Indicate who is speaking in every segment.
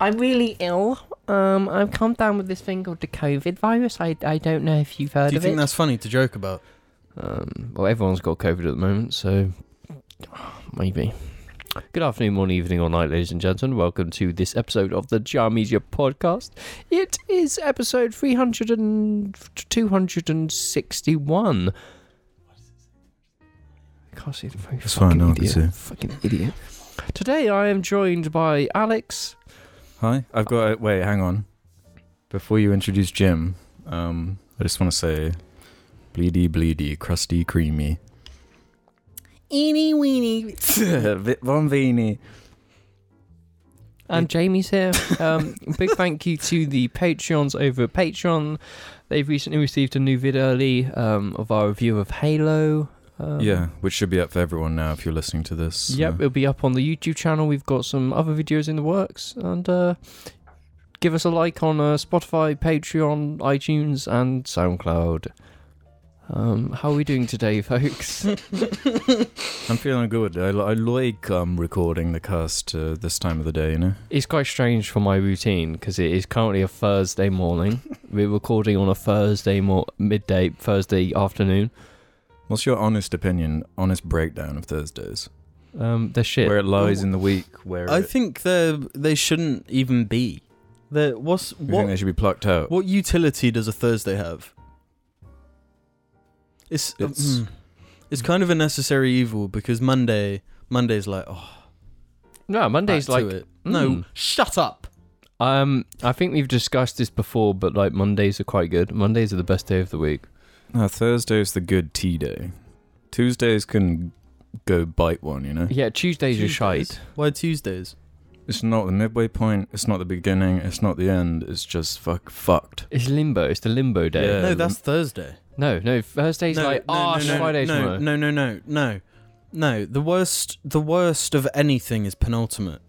Speaker 1: I'm really ill. Um, I've come down with this thing called the COVID virus. I, I don't know if you've heard
Speaker 2: Do you
Speaker 1: of
Speaker 2: think
Speaker 1: it.
Speaker 2: that's funny to joke about?
Speaker 1: Um, well, everyone's got COVID at the moment, so maybe. Good afternoon, morning, evening, or night, ladies and gentlemen. Welcome to this episode of the Jar Media Podcast. It is episode 300 and 261. I can't see the phone.
Speaker 2: That's
Speaker 1: Fucking
Speaker 2: fine, no one can
Speaker 1: idiot.
Speaker 2: see.
Speaker 1: Fucking idiot. Today I am joined by Alex.
Speaker 2: Hi, I've got. wait, hang on. Before you introduce Jim, um, I just want to say, bleedy, bleedy, crusty, creamy, eeny, weeny, bit von veeny.
Speaker 1: And Jamie's here. Um, big thank you to the Patreons over at Patreon. They've recently received a new vid early um, of our review of Halo. Um,
Speaker 2: yeah, which should be up for everyone now if you're listening to this.
Speaker 1: Yep,
Speaker 2: Uh,
Speaker 1: it'll be up on the YouTube channel. We've got some other videos in the works. And uh, give us a like on uh, Spotify, Patreon, iTunes, and SoundCloud. Um, how are we doing today, folks?
Speaker 2: I'm feeling good. I, li- I like um, recording the cast uh, this time of the day, you know?
Speaker 1: It's quite strange for my routine because it is currently a Thursday morning. We're recording on a Thursday mor- midday, Thursday afternoon.
Speaker 2: What's your honest opinion, honest breakdown of Thursdays?
Speaker 1: Um, they're shit.
Speaker 2: Where it lies
Speaker 3: Well,
Speaker 2: in the week, where
Speaker 3: I
Speaker 2: it-
Speaker 3: think they they shouldn't even be. They're, what's
Speaker 2: you think
Speaker 3: what
Speaker 2: they should be plucked out.
Speaker 3: what utility does a Thursday have? It's
Speaker 2: It's-
Speaker 3: it's, it's kind of a necessary evil because Monday Monday's like oh
Speaker 1: no,
Speaker 3: back
Speaker 1: Monday's
Speaker 3: to
Speaker 1: like.
Speaker 3: it. No,
Speaker 1: mm.
Speaker 3: shut up.
Speaker 1: Um, I think we've discussed this before, but like Mondays are quite good. Mondays are the best day of the week.
Speaker 2: No, Thursday's the good tea day. Tuesdays can go bite one, you know?
Speaker 1: Yeah, Tuesdays are shite.
Speaker 3: Tuesdays. Why Tuesdays?
Speaker 2: It's not the midway point, it's not the beginning, it's not the end, it's just fuck fucked.
Speaker 1: It's limbo. It's the limbo day.
Speaker 2: Yeah.
Speaker 3: no, that's Thursday.
Speaker 1: No, no. Thursday's like ah, oh, Friday's
Speaker 3: no,
Speaker 1: tomorrow.
Speaker 3: no, no, no, no, no. The worst, the worst of anything is penultimate.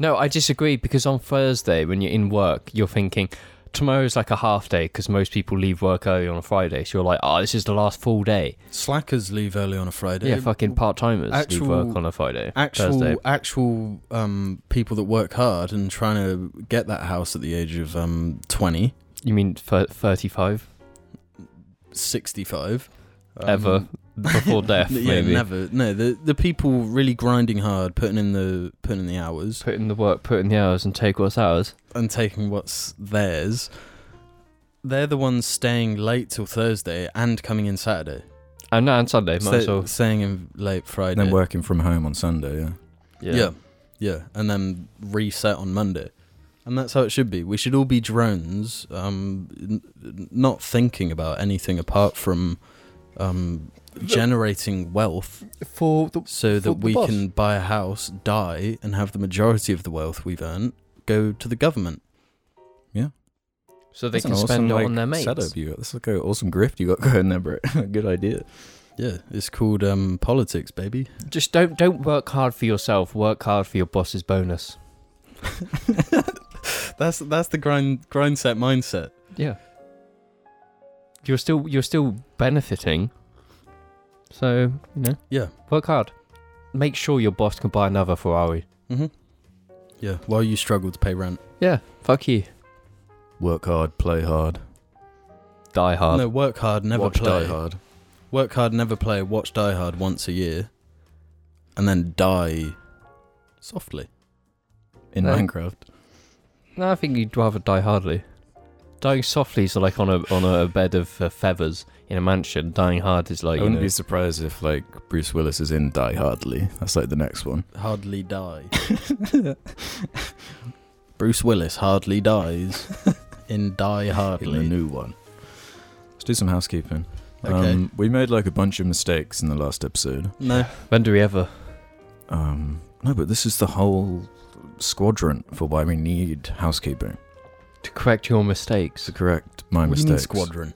Speaker 1: No, I disagree because on Thursday, when you're in work, you're thinking tomorrow's like a half day because most people leave work early on a Friday. So you're like, oh, this is the last full day.
Speaker 3: Slackers leave early on a Friday.
Speaker 1: yeah, fucking part timers leave
Speaker 3: actual-
Speaker 1: work on a Friday.
Speaker 3: actual
Speaker 1: Thursday.
Speaker 3: actual um, people that work hard and trying to get that house at the age of um, 20
Speaker 1: You mean thirty-five
Speaker 3: 65 um,
Speaker 1: ever before death?
Speaker 3: yeah
Speaker 1: maybe
Speaker 3: never no the the people really grinding hard putting in the putting in the hours
Speaker 1: put in the work, put in the hours, and take what's ours.
Speaker 3: and taking what's theirs they're the ones staying late till Thursday and coming in Saturday
Speaker 1: And no, and Sunday, might
Speaker 3: Stay-
Speaker 1: as well.
Speaker 3: staying in late Friday
Speaker 2: Then working from home on Sunday, yeah.
Speaker 1: Yeah.
Speaker 3: yeah yeah and then reset on Monday and that's how it should be. We should all be drones, um, n- n- not thinking about anything apart from um, generating wealth,
Speaker 1: For the
Speaker 3: so that
Speaker 1: For the
Speaker 3: we
Speaker 1: boss.
Speaker 3: can buy a house, die, and have the majority of the wealth we've earned go to the government.
Speaker 1: so they
Speaker 2: That's
Speaker 1: can
Speaker 2: an
Speaker 1: spend
Speaker 2: awesome,
Speaker 1: it on their mates.
Speaker 2: Setup you. That's like an awesome grift you got going there, bro. good idea.
Speaker 3: Yeah, it's called um, politics, baby.
Speaker 1: Just don't don't work hard for yourself. Work hard for your boss's bonus.
Speaker 3: That's that's the grind grind set mindset.
Speaker 1: Yeah. You're still you're still benefiting. So, you know,
Speaker 3: Yeah.
Speaker 1: work hard. Make sure your boss can buy another Ferrari.
Speaker 3: Mm-hmm. Yeah, while you struggle to pay rent.
Speaker 1: Yeah, fuck you.
Speaker 2: Work hard, play hard,
Speaker 1: Die hard.
Speaker 3: No, work hard, never
Speaker 2: watch
Speaker 3: play.
Speaker 2: Die Hard.
Speaker 3: Work hard, never play. Watch Die Hard once a year, and then die softly.
Speaker 2: In
Speaker 1: No.
Speaker 2: Minecraft.
Speaker 1: No, I think you'd rather die hardly. Dying softly is like on a on a bed of uh, feathers in a mansion. Dying hard is like
Speaker 2: I
Speaker 1: you
Speaker 2: wouldn't
Speaker 1: know,
Speaker 2: be surprised if like Bruce Willis is in Die Hardly. That's like the next one.
Speaker 3: Hardly die. Bruce Willis hardly dies in Die
Speaker 2: in the
Speaker 3: Hardly.
Speaker 2: new one. Let's do some housekeeping.
Speaker 3: Okay.
Speaker 2: Um, we made like a bunch of mistakes in the last episode.
Speaker 3: no,
Speaker 1: when do we ever?
Speaker 2: Um, no, but this is the whole squadron for why we need housekeeping.
Speaker 1: To correct your mistakes.
Speaker 2: To correct my
Speaker 3: what do you mean
Speaker 2: mistakes.
Speaker 3: squadron?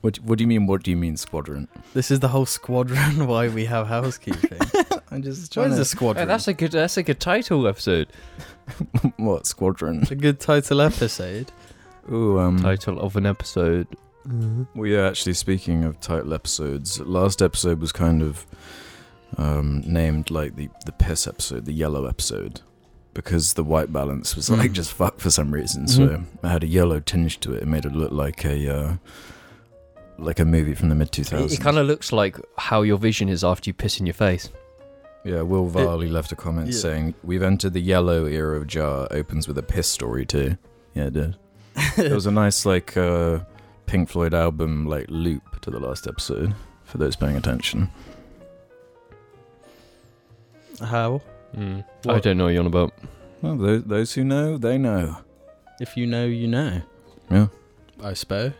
Speaker 2: What, what do you mean? What do you mean squadron?
Speaker 3: This is the whole squadron. Why we have housekeeping?
Speaker 2: I'm just
Speaker 3: Why is a
Speaker 1: Oh,
Speaker 3: squadron?
Speaker 1: that's a good that's a good title episode.
Speaker 2: what squadron?
Speaker 3: It's a good title episode.
Speaker 2: Ooh, um,
Speaker 1: Title of an episode.
Speaker 2: we are actually speaking of title episodes. Last episode was kind of um, named like the the piss episode, the yellow episode. because the white balance was
Speaker 3: Mm.
Speaker 2: like just fucked for some reason.
Speaker 3: Mm-hmm.
Speaker 2: So I had a yellow tinge to it. It made it look like a uh, like a movie from the mid two
Speaker 1: It,
Speaker 2: thousands.
Speaker 1: kind of looks like how your vision is after you piss in your face.
Speaker 2: Yeah, Will Varley left a comment
Speaker 3: Yeah.
Speaker 2: saying, "We've entered the yellow era of Jar." Opens with a piss story too. Yeah, it did. it was a nice like uh, Pink Floyd album like loop to the last episode for those paying attention.
Speaker 3: How?
Speaker 1: I
Speaker 3: What?
Speaker 1: don't know what you're on about.
Speaker 2: Well, those, those who know, they know.
Speaker 3: If you know, you know.
Speaker 2: Yeah.
Speaker 3: I suppose.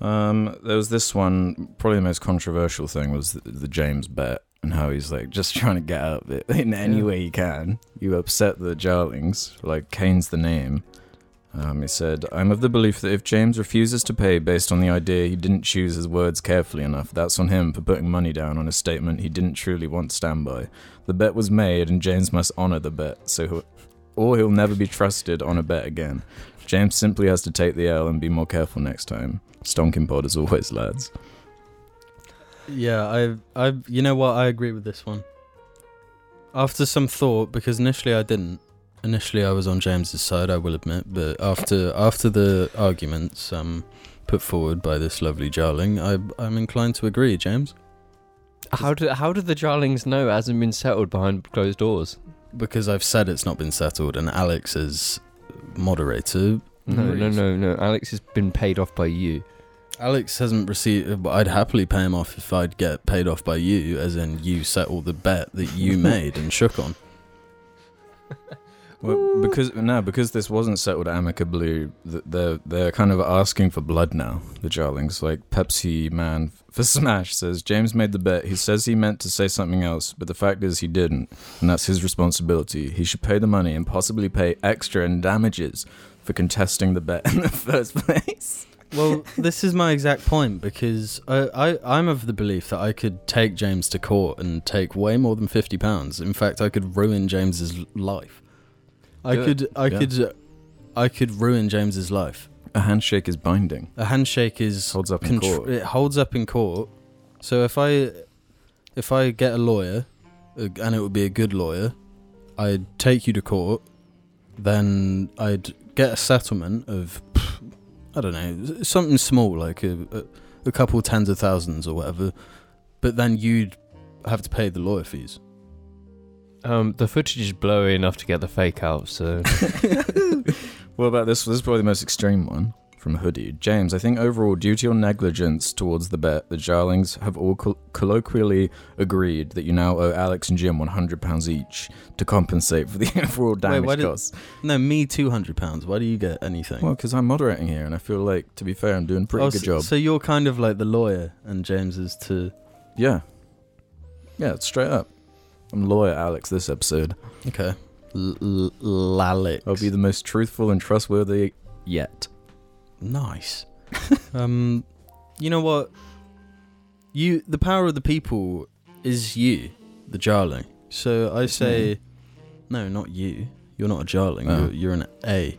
Speaker 2: Um, there was this one. Probably the most controversial thing was the, the James bet and how he's like just trying to get out of it in any
Speaker 1: Yeah.
Speaker 2: way he can. You upset the Jarlings, like Kane's the name. Um, he said, "I'm of the belief that if James refuses to pay based on the idea he didn't choose his words carefully enough, that's on him for putting money down on a statement he didn't truly want to stand by. The bet was made, and James must honor the bet. So, he'll- or he'll never be trusted on a bet again. James simply has to take the L and be more careful next time." Stonking pod as always, lads.
Speaker 3: Yeah, I, I, you know what? I agree with this one. After some thought, because initially I didn't. Initially, I was on James's side. I will admit, but after after the arguments um, put forward by this lovely Jarling, I, I'm inclined to agree, James,
Speaker 1: How do how do the Jarlings know it hasn't been settled behind closed doors?
Speaker 3: because I've said it's not been settled, and Alex is moderator.
Speaker 1: No, no, no, no. Alex has been paid off by you.
Speaker 3: Alex hasn't received. I'd happily pay him off if I'd get paid off by you, as in you settle the bet that you made and shook on.
Speaker 2: Well, because no, because this wasn't settled amicably. th- They're they're kind of asking for blood now. The Jarlings, like Pepsi Man for Smash, says James made the bet. He says he meant to say something else, but the fact is he didn't, and that's his responsibility. He should pay the money and possibly pay extra in damages for contesting the bet in the first place.
Speaker 3: Well, this is my exact point because I, I, I'm of the belief that I could take James to court and take way more than fifty pounds. In fact, I could ruin James's l- life. I
Speaker 1: Do it.
Speaker 3: could, I
Speaker 2: Yeah.
Speaker 3: could, I could ruin James's life.
Speaker 2: A handshake is binding.
Speaker 3: A handshake is
Speaker 2: Holds up in
Speaker 3: contr-
Speaker 2: court.
Speaker 3: It holds up in court. So if I, if I get a lawyer, uh, and it would be a good lawyer, I'd take you to court. Then I'd get a settlement of, pff, I don't know, s- something small like a, a, a couple tens of thousands or whatever. But then you'd have to pay the lawyer fees.
Speaker 1: Um, the footage is blurry enough to get the fake out. So
Speaker 2: What about this? This is probably the most extreme one from Hoodie. James, I think overall, due to your negligence towards the bet, the Jarlings have all col- colloquially agreed that you now owe Alex and Jim £100 each to compensate for the overall damage
Speaker 3: why did-
Speaker 2: costs.
Speaker 3: No, me two hundred pounds. Why do you get anything?
Speaker 2: Well, because I'm moderating here, and I feel like, to be fair, I'm doing a pretty
Speaker 3: Oh,
Speaker 2: good
Speaker 3: so,
Speaker 2: job.
Speaker 3: So you're kind of like the lawyer, and James is to.
Speaker 2: yeah. Yeah, it's straight up. I'm lawyer Alex this episode.
Speaker 3: Okay. L- L- Lalix.
Speaker 2: I'll be the most truthful and trustworthy yet.
Speaker 3: nice. um, you know what? You, the power of the people is you, the jarling. So I
Speaker 2: It's
Speaker 3: say, no, not you. You're not a jarling.
Speaker 2: Oh.
Speaker 3: You're, you're an A.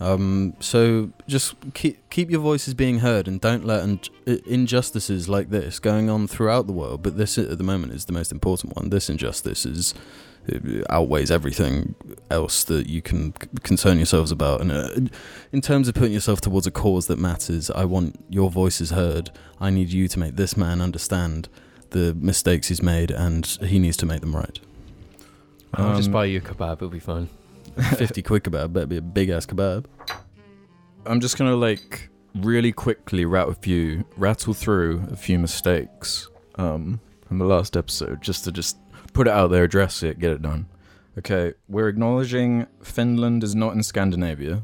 Speaker 3: Um, so just keep keep your voices being heard, and don't let un- i- injustices like this going on throughout the world. But this at the moment is the most important one. This injustice is it outweighs everything else that you can c- concern yourselves about. And uh, in terms of putting yourself towards a cause that matters, I want your voices heard. I need you to make this man understand the mistakes he's made, and he needs to make them right.
Speaker 1: I'll just
Speaker 2: Um,
Speaker 1: buy you a kebab. It'll be fine.
Speaker 3: Fifty quick kebab better be a big ass kebab.
Speaker 2: I'm just gonna like really quickly rattle a few, rattle through a few mistakes um, from the last episode, just to just put it out there, address it, get it done. Okay, we're acknowledging Finland is not in Scandinavia.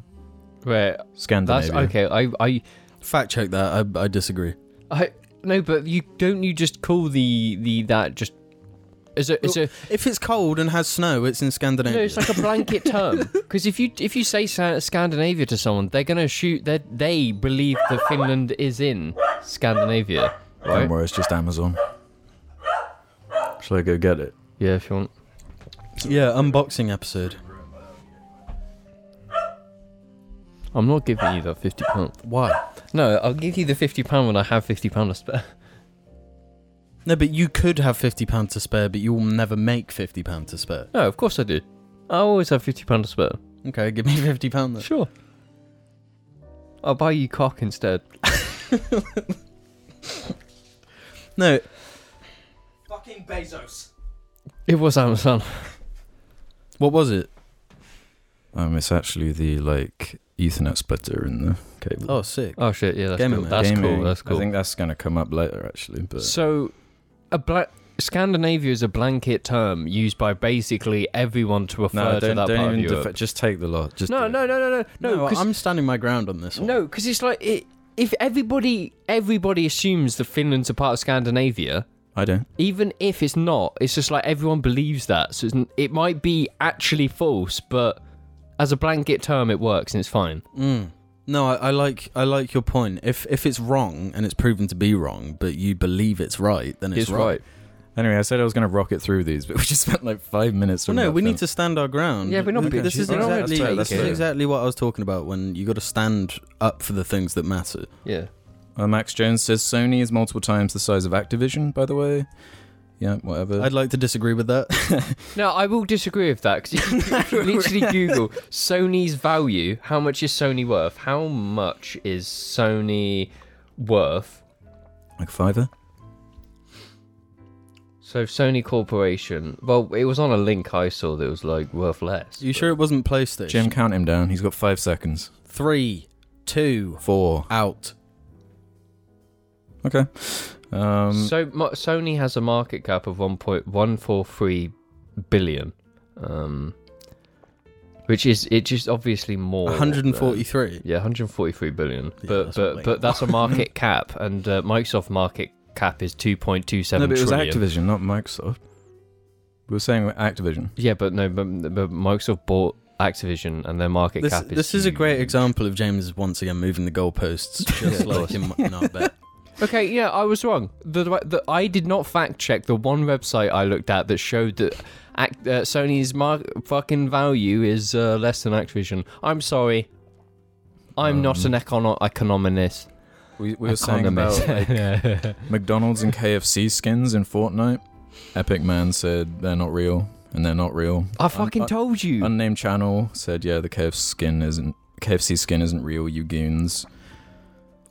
Speaker 1: Right. That's
Speaker 2: Scandinavia.
Speaker 1: okay. I, I,
Speaker 3: Fact check that. I, I disagree.
Speaker 1: I. No, but you don't. You just call the the that just. Is a is a
Speaker 3: If it's cold and has snow, it's in Scandinavia.
Speaker 1: No, it's like a blanket term. Because if you if you say Sa- Scandinavia to someone, they're gonna shoot. They they believe that Finland is in Scandinavia,
Speaker 2: Don't
Speaker 1: right?
Speaker 2: worry, it's just Amazon. Shall I go get it?
Speaker 1: Yeah, if you want.
Speaker 3: yeah, unboxing episode.
Speaker 1: I'm not giving you that fifty pound.
Speaker 3: Why?
Speaker 1: No, I'll give you the fifty pound when I have fifty pound to spare.
Speaker 3: No, but you could have fifty pounds to spare, but you will never make fifty pounds to spare.
Speaker 1: No, of course I do. I always have fifty pound to spare.
Speaker 3: Okay, give me fifty pound then.
Speaker 1: Sure. I'll buy you cock instead.
Speaker 3: No,
Speaker 4: Fucking Bezos.
Speaker 1: It was Amazon.
Speaker 3: what was it?
Speaker 2: Um, it's actually the like Ethernet splitter in the cable.
Speaker 3: Oh, sick.
Speaker 1: Oh shit! Yeah, that's
Speaker 3: Gamer
Speaker 1: cool.
Speaker 3: Man.
Speaker 1: That's cool.
Speaker 2: Gaming,
Speaker 1: That's cool.
Speaker 2: I think that's gonna come up later actually, but
Speaker 1: So, a bla- Scandinavia is a blanket term used by basically everyone to refer
Speaker 2: no,
Speaker 1: to
Speaker 2: don't,
Speaker 1: that part
Speaker 2: don't
Speaker 1: of
Speaker 2: even
Speaker 1: Europe.
Speaker 2: defa- just take the lot. Just do
Speaker 1: no,
Speaker 2: it.
Speaker 1: no, no, no, no, no,
Speaker 3: No,
Speaker 1: because
Speaker 3: I'm standing my ground on this one.
Speaker 1: no, because it's like it, if everybody everybody assumes that Finland's a part of Scandinavia,
Speaker 2: I don't.
Speaker 1: even if it's not, it's just like everyone believes that. So it's, n- it might be actually false, but as a blanket term, it works and it's fine.
Speaker 3: Mm. No, I, I like I like your point. If if it's wrong and it's proven to be wrong, but you believe it's right, then it's, right.
Speaker 2: Anyway, I said I was gonna rocket through these, but we just spent like five minutes.
Speaker 3: Well,
Speaker 2: talking
Speaker 3: no,
Speaker 2: about
Speaker 3: we
Speaker 2: them.
Speaker 3: need to stand our ground.
Speaker 1: Yeah, we're not
Speaker 3: Th-
Speaker 1: being
Speaker 3: This is
Speaker 1: cheeky.
Speaker 2: That's right,
Speaker 3: exactly
Speaker 2: that's right,
Speaker 3: this
Speaker 2: that's
Speaker 3: is
Speaker 2: right.
Speaker 3: exactly what I was talking about when you got to stand up for the things that matter.
Speaker 1: Yeah.
Speaker 2: Uh, Max Jones says Sony is multiple times the size of Activision. By the way, yeah, whatever.
Speaker 3: I'd like to disagree with that.
Speaker 1: No, I will disagree with that because you can literally Google Sony's value. How much is Sony worth? How much is Sony worth?
Speaker 2: like Fiverr.
Speaker 1: So Sony Corporation. Well, it was on a link I saw that was like worth less.
Speaker 3: you sure it wasn't PlayStation?
Speaker 2: Jim, count him down. He's got five seconds.
Speaker 3: Three, two,
Speaker 2: Four.
Speaker 3: out.
Speaker 2: Okay. Um,
Speaker 1: So mo- Sony has a market cap of 1.143 billion, um, which is it just obviously more. than-
Speaker 3: 143.
Speaker 1: Yeah, 143 billion.
Speaker 3: Yeah,
Speaker 1: but
Speaker 3: that's
Speaker 1: but
Speaker 3: way
Speaker 1: but that's a market cap, and uh, Microsoft market cap is 2.27
Speaker 2: no,
Speaker 1: trillion.
Speaker 2: but it was Activision, not Microsoft. We were saying Activision.
Speaker 1: Yeah, but no, but, but Microsoft bought Activision, and their market
Speaker 3: This,
Speaker 1: cap is.
Speaker 3: this is a great
Speaker 1: huge.
Speaker 3: example of James once again moving the goalposts, just like in, in our bet.
Speaker 1: Okay, yeah, I was wrong. The, the I did not fact check the one website I looked at that showed that act, uh, Sony's mar- fucking value is uh, less than Activision. I'm sorry. I'm not an econo- economist.
Speaker 2: We, Um, we were saying about like, McDonald's and KFC skins in Fortnite. Epic Man said they're not real, and they're not real.
Speaker 1: I fucking
Speaker 2: un-
Speaker 1: told
Speaker 3: Mm.
Speaker 1: you.
Speaker 2: Unnamed channel said, yeah, the KFC skin isn't KFC skin isn't real, you goons.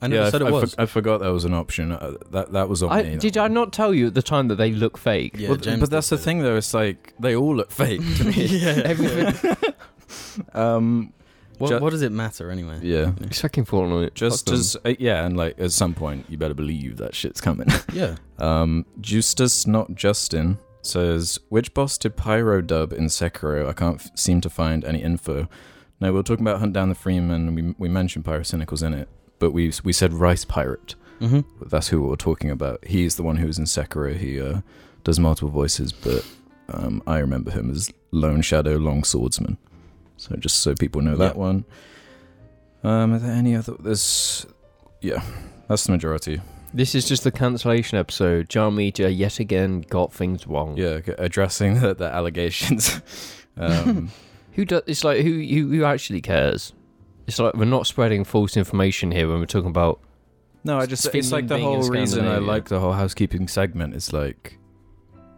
Speaker 3: I never
Speaker 2: yeah,
Speaker 3: said
Speaker 2: I,
Speaker 3: it
Speaker 2: I,
Speaker 3: was.
Speaker 2: for- I forgot that was an option. Uh, that that was on
Speaker 1: I,
Speaker 2: me. that
Speaker 1: did
Speaker 2: one.
Speaker 1: I not tell you at the time that they look fake?
Speaker 3: Yeah,
Speaker 2: Well,
Speaker 3: James
Speaker 2: but that's the
Speaker 3: did say
Speaker 2: thing, though. It's like they all look fake to me.
Speaker 3: yeah.
Speaker 1: Everything.
Speaker 2: Um,
Speaker 3: What,
Speaker 2: Ju-
Speaker 3: what does it matter anyway?
Speaker 2: yeah.
Speaker 1: it's fucking Fortnite. Fuck
Speaker 2: Just,
Speaker 1: them.
Speaker 2: just, uh, yeah, and like at some point, you better believe that shit's coming.
Speaker 3: Yeah.
Speaker 2: Um, Justus, not Justin, says, Which boss did Pyro dub in Sekiro? I can't f- seem to find any info. No, we were talking about Hunt Down the Freeman. We, we mentioned Pyrocynicals in it, but we we said Rice Pirate.
Speaker 3: Mm-hmm.
Speaker 2: That's who we were talking about. He's the one who was in Sekiro. He uh, does multiple voices, but um, I remember him as Lone Shadow Long Swordsman. So just so people know that
Speaker 3: Yeah.
Speaker 2: one. Um, are there any other? There's, yeah, that's the majority.
Speaker 1: This is just the cancellation episode. John Media yet again got things wrong.
Speaker 2: yeah g- addressing the, the allegations um,
Speaker 1: Who does? It's like who, who who actually cares? It's like we're not spreading false information here when we're talking about.
Speaker 2: no i just it's
Speaker 1: Finland
Speaker 2: like the
Speaker 1: being in
Speaker 2: whole reason i
Speaker 1: Scandinavia.
Speaker 2: like the whole housekeeping segment is like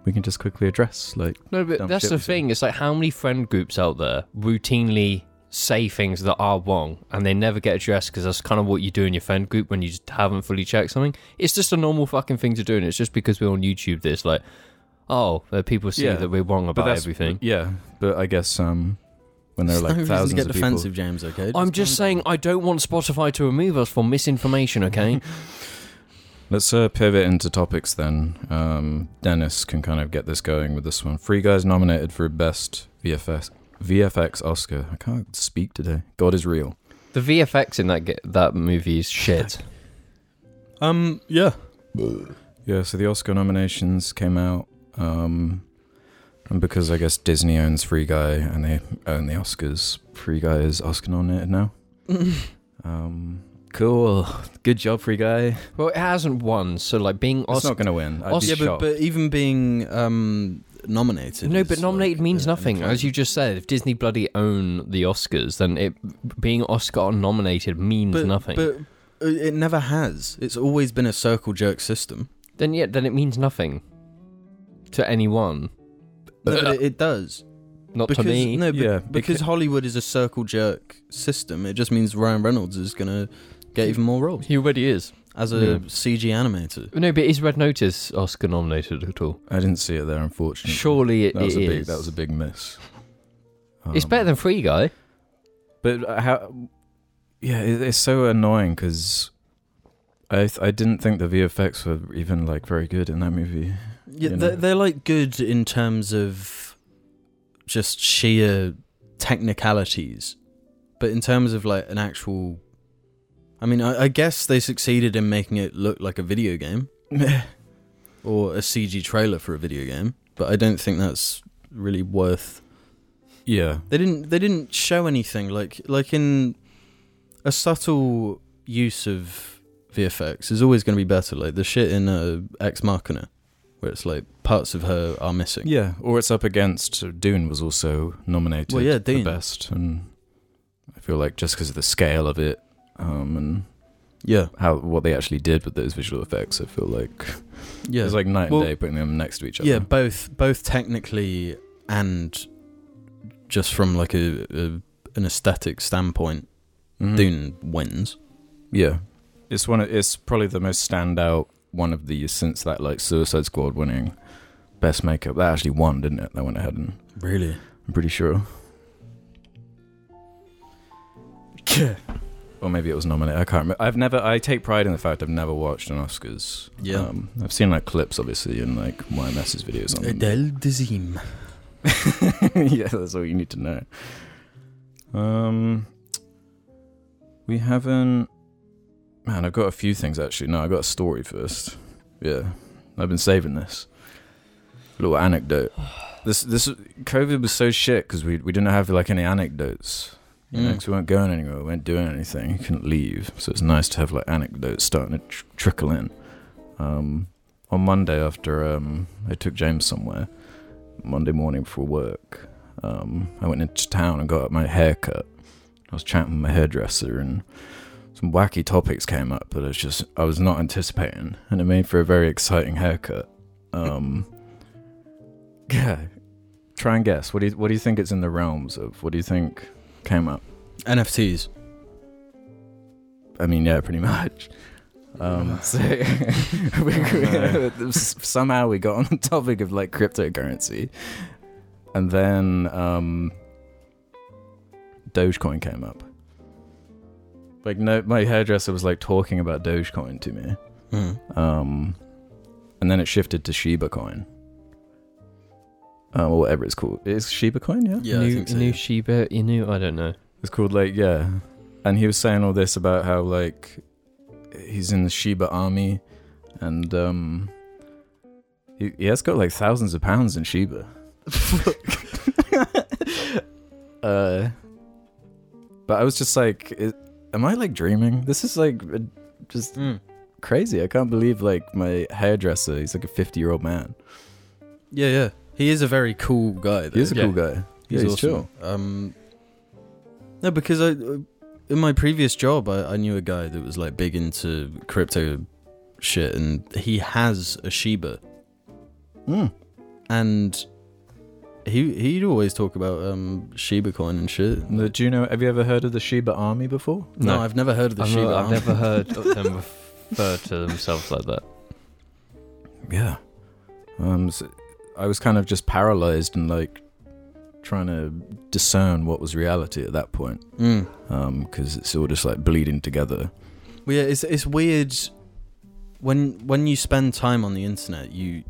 Speaker 2: we can just quickly address like
Speaker 1: No, but
Speaker 2: Dumb
Speaker 1: that's
Speaker 2: shit
Speaker 1: the
Speaker 2: we say.
Speaker 1: thing. It's like how many friend groups out there routinely say things that are wrong and they never get addressed because that's kind of what you do in your friend group when you just haven't fully checked something. It's just a normal fucking thing to do, and it's just because we're on YouTube. This like, oh, uh, people see
Speaker 2: Yeah,
Speaker 1: that we're wrong about everything.
Speaker 2: yeah but i guess um when there are like
Speaker 3: There's no reason to
Speaker 2: thousands
Speaker 3: get
Speaker 2: of
Speaker 3: defensive,
Speaker 2: people
Speaker 3: James. Okay.
Speaker 1: I'm just
Speaker 3: calm
Speaker 1: saying I don't want Spotify to remove us for misinformation. Okay.
Speaker 2: let's uh, pivot into topics then um, dennis can kind of get this going with this one three guys nominated for best vfx vfx oscar i can't speak today god is real
Speaker 1: The VFX in that ge- that movie is shit.
Speaker 3: down. Um. Yeah.
Speaker 2: Yeah, so the Oscar nominations came out, um, and because I guess Disney owns Free Guy and they own the Oscars, Free Guy is Oscar nominated now. Um, cool, good job, Free Guy.
Speaker 1: Well, it hasn't won, so like being
Speaker 2: it's
Speaker 1: Oscar.
Speaker 2: not gonna win. I'd
Speaker 1: Os-
Speaker 2: be
Speaker 1: Yeah,
Speaker 3: yeah, but,
Speaker 2: shocked.
Speaker 3: but even being um nominated.
Speaker 1: No,
Speaker 3: is,
Speaker 1: but nominated
Speaker 3: like,
Speaker 1: means
Speaker 3: uh,
Speaker 1: nothing.
Speaker 3: an
Speaker 1: As you just said, if Disney bloody own the Oscars, then it being Oscar nominated means
Speaker 3: acclaim.
Speaker 1: nothing.
Speaker 3: But uh, it never has. It's always been a circle jerk system.
Speaker 1: then yeah, then it means nothing to anyone.
Speaker 3: No, but it, it does.
Speaker 1: Not
Speaker 3: because
Speaker 1: uh, to me.
Speaker 3: no,
Speaker 2: Yeah,
Speaker 3: yeah, because
Speaker 2: beca-
Speaker 3: Hollywood is a circle jerk system. It just means Ryan Reynolds is gonna get even more roles
Speaker 1: He already is.
Speaker 3: as a
Speaker 2: Yeah.
Speaker 3: CG animator.
Speaker 1: No, but is Red Notice Oscar nominated at all?
Speaker 2: I didn't see it there, unfortunately.
Speaker 1: Surely it,
Speaker 2: that was
Speaker 1: it
Speaker 2: a big
Speaker 1: is.
Speaker 2: that was a big miss.
Speaker 1: It's
Speaker 2: Um,
Speaker 1: better than Free Guy.
Speaker 2: But uh, how? Yeah, it, it's so annoying because I th- I didn't think the VFX were even like very good in that movie.
Speaker 3: Yeah,
Speaker 2: You
Speaker 3: they're,
Speaker 2: know.
Speaker 3: they're like good in terms of just sheer technicalities, but in terms of like an actual, I mean, I, I guess they succeeded in making it look like a video game or a CG trailer for a video game, but I don't think that's really worth
Speaker 2: yeah,
Speaker 3: They didn't. They didn't show anything like like in a subtle use of VFX is always going to be better. Like the shit in uh, Ex Machina, where it's like parts of her are missing.
Speaker 2: yeah. Or it's up against Dune was also nominated.
Speaker 3: Well, yeah,
Speaker 2: for
Speaker 3: Dune.
Speaker 2: best, and I feel like just because of the scale of it, um, and
Speaker 3: yeah,
Speaker 2: how what they actually did with those visual effects, I feel like
Speaker 3: yeah.
Speaker 2: it's like night
Speaker 3: Well,
Speaker 2: and day putting them next to each other.
Speaker 3: yeah, both both technically and just from like a, a an aesthetic standpoint,
Speaker 2: Mhm.
Speaker 3: Dune wins.
Speaker 2: Yeah, it's one. Of, it's probably the most standout one of these since that like Suicide Squad winning best makeup. That actually won, didn't it? That went ahead, and
Speaker 3: Really?
Speaker 2: I'm pretty sure. or maybe it was nominated. I can't remember. I've never. I take pride in the fact I've never watched an Oscars.
Speaker 3: Yeah.
Speaker 2: um, I've seen like clips, obviously, and like YMS's videos on. them.
Speaker 3: Adele Dazeem.
Speaker 2: yeah, that's all you need to know. Um, we haven't. Man, I've got a few things actually. No, I got a story first. Yeah, I've been saving this little anecdote. This this COVID was so shit because we we didn't have like any anecdotes. You
Speaker 3: Mm.
Speaker 2: know, 'cause we weren't going anywhere, we weren't doing anything. You couldn't leave, so it's nice to have like anecdotes starting to tr- trickle in. Um, on Monday after um, I took James somewhere, Monday morning before work, um, I went into town and got my hair cut. I was chatting with my hairdresser, and some wacky topics came up that I was just I was not anticipating, and it made for a very exciting haircut. Um, yeah, try and guess. What do you what do you think it's in the realms of? What do you think came up?
Speaker 3: NFTs.
Speaker 2: I mean, yeah, pretty much. Um, so we, we- somehow we got on the topic of like cryptocurrency, and then um, Dogecoin came up. Like, no, my hairdresser was like talking about Dogecoin to me,
Speaker 3: Mm.
Speaker 2: um, and then it shifted to Shiba Coin, um, or whatever it's called. It's Shiba Coin, yeah.
Speaker 3: Yeah,
Speaker 1: new,
Speaker 3: I think so.
Speaker 1: new
Speaker 3: yeah.
Speaker 1: Shiba Inu. I don't know.
Speaker 2: It's called like yeah, and he was saying all this about how like he's in the Shiba army, and um, he, he has got like thousands of pounds in Shiba. uh, but I was just like, i am I like dreaming? This is like uh, just
Speaker 3: Mm.
Speaker 2: crazy. I can't believe like my hairdresser. He's like a fifty year old man.
Speaker 3: Yeah, yeah. He is a very cool guy. Though.
Speaker 2: He is a
Speaker 1: Yeah.
Speaker 2: cool guy. Yeah, he's chill.
Speaker 3: Um, no, because I, in my previous job, I, I knew a guy that was like big into crypto shit, and he has a Shiba,
Speaker 2: Mm.
Speaker 3: and he he'd always talk about um Shiba coin and shit.
Speaker 2: The- Do you know? Have you ever heard of the Shiba army before?
Speaker 3: No,
Speaker 1: No.
Speaker 3: I've never heard of the
Speaker 1: I've,
Speaker 3: Shiba.
Speaker 1: not- I've
Speaker 3: arm.
Speaker 1: never heard of them refer to themselves like that.
Speaker 2: Yeah. Um, so I was kind of just paralyzed and like trying to discern what was reality at that point
Speaker 3: Mm.
Speaker 2: because it's all just like bleeding together.
Speaker 3: Well, yeah, it's it's weird when when you spend time on the internet, you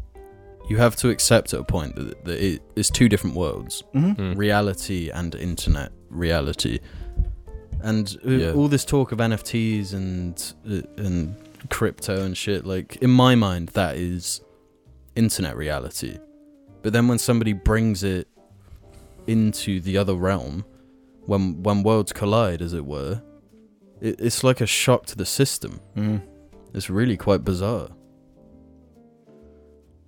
Speaker 3: you have to accept at a point that, that it, it's two different worlds.
Speaker 2: Mm-hmm.
Speaker 1: Mm.
Speaker 3: reality and internet reality. And uh,
Speaker 2: Yeah.
Speaker 3: all this talk of NFTs and uh, and crypto and shit, like in my mind, that is internet reality. But then when somebody brings it into the other realm, when when worlds collide, as it were, it, it's like a shock to the system. It's really quite bizarre.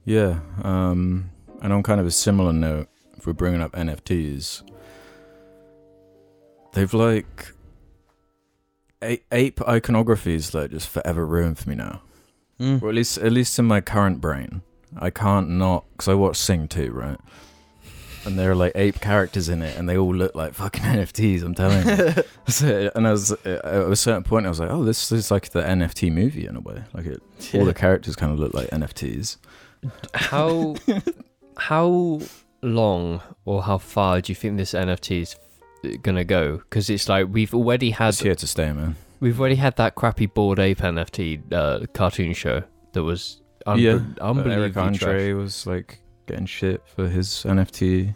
Speaker 2: Yeah. Um, and on kind of a similar note, if we're bringing up NFTs, they've like ape, ape iconography is like just forever ruined for me now.
Speaker 3: Mm.
Speaker 2: Or at least, at least in my current brain, I can't not because I watch Sing too, right? and there are like ape characters in it, and they all look like fucking NFTs. I'm telling you. so, and I was at a certain point, I was like, oh, this is like the NFT movie in a way. Like it, all the characters kind of look like NFTs.
Speaker 1: How how long or how far do you think this NFT is gonna go? Because it's like we've already had
Speaker 2: It's here to stay, man.
Speaker 1: we've already had that crappy board ape NFT uh, cartoon show that was unbe-
Speaker 2: Yeah, But
Speaker 1: unbelievably
Speaker 2: Eric Andre was like getting shit for his NFT.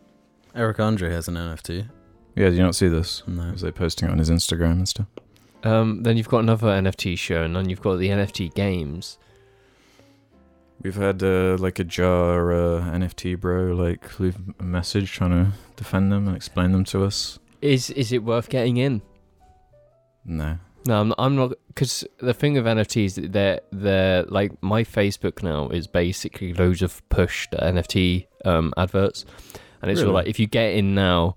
Speaker 3: Eric Andre has an NFT.
Speaker 2: Yeah, do you not see this?
Speaker 3: No.
Speaker 2: Was they posting it on his Instagram and stuff?
Speaker 1: trash. Um, then you've got another NFT show, and then you've got the NFT games.
Speaker 2: We've had uh, like a jar uh, NFT bro, like leave a message trying to defend them and explain them to us.
Speaker 1: Is is it worth getting in?
Speaker 2: No.
Speaker 1: No, I'm not, I'm not because the thing with NFTs that they're they're like my Facebook now is basically loads of pushed NFT um, adverts, and it's all
Speaker 2: Really?
Speaker 1: like if you get in now,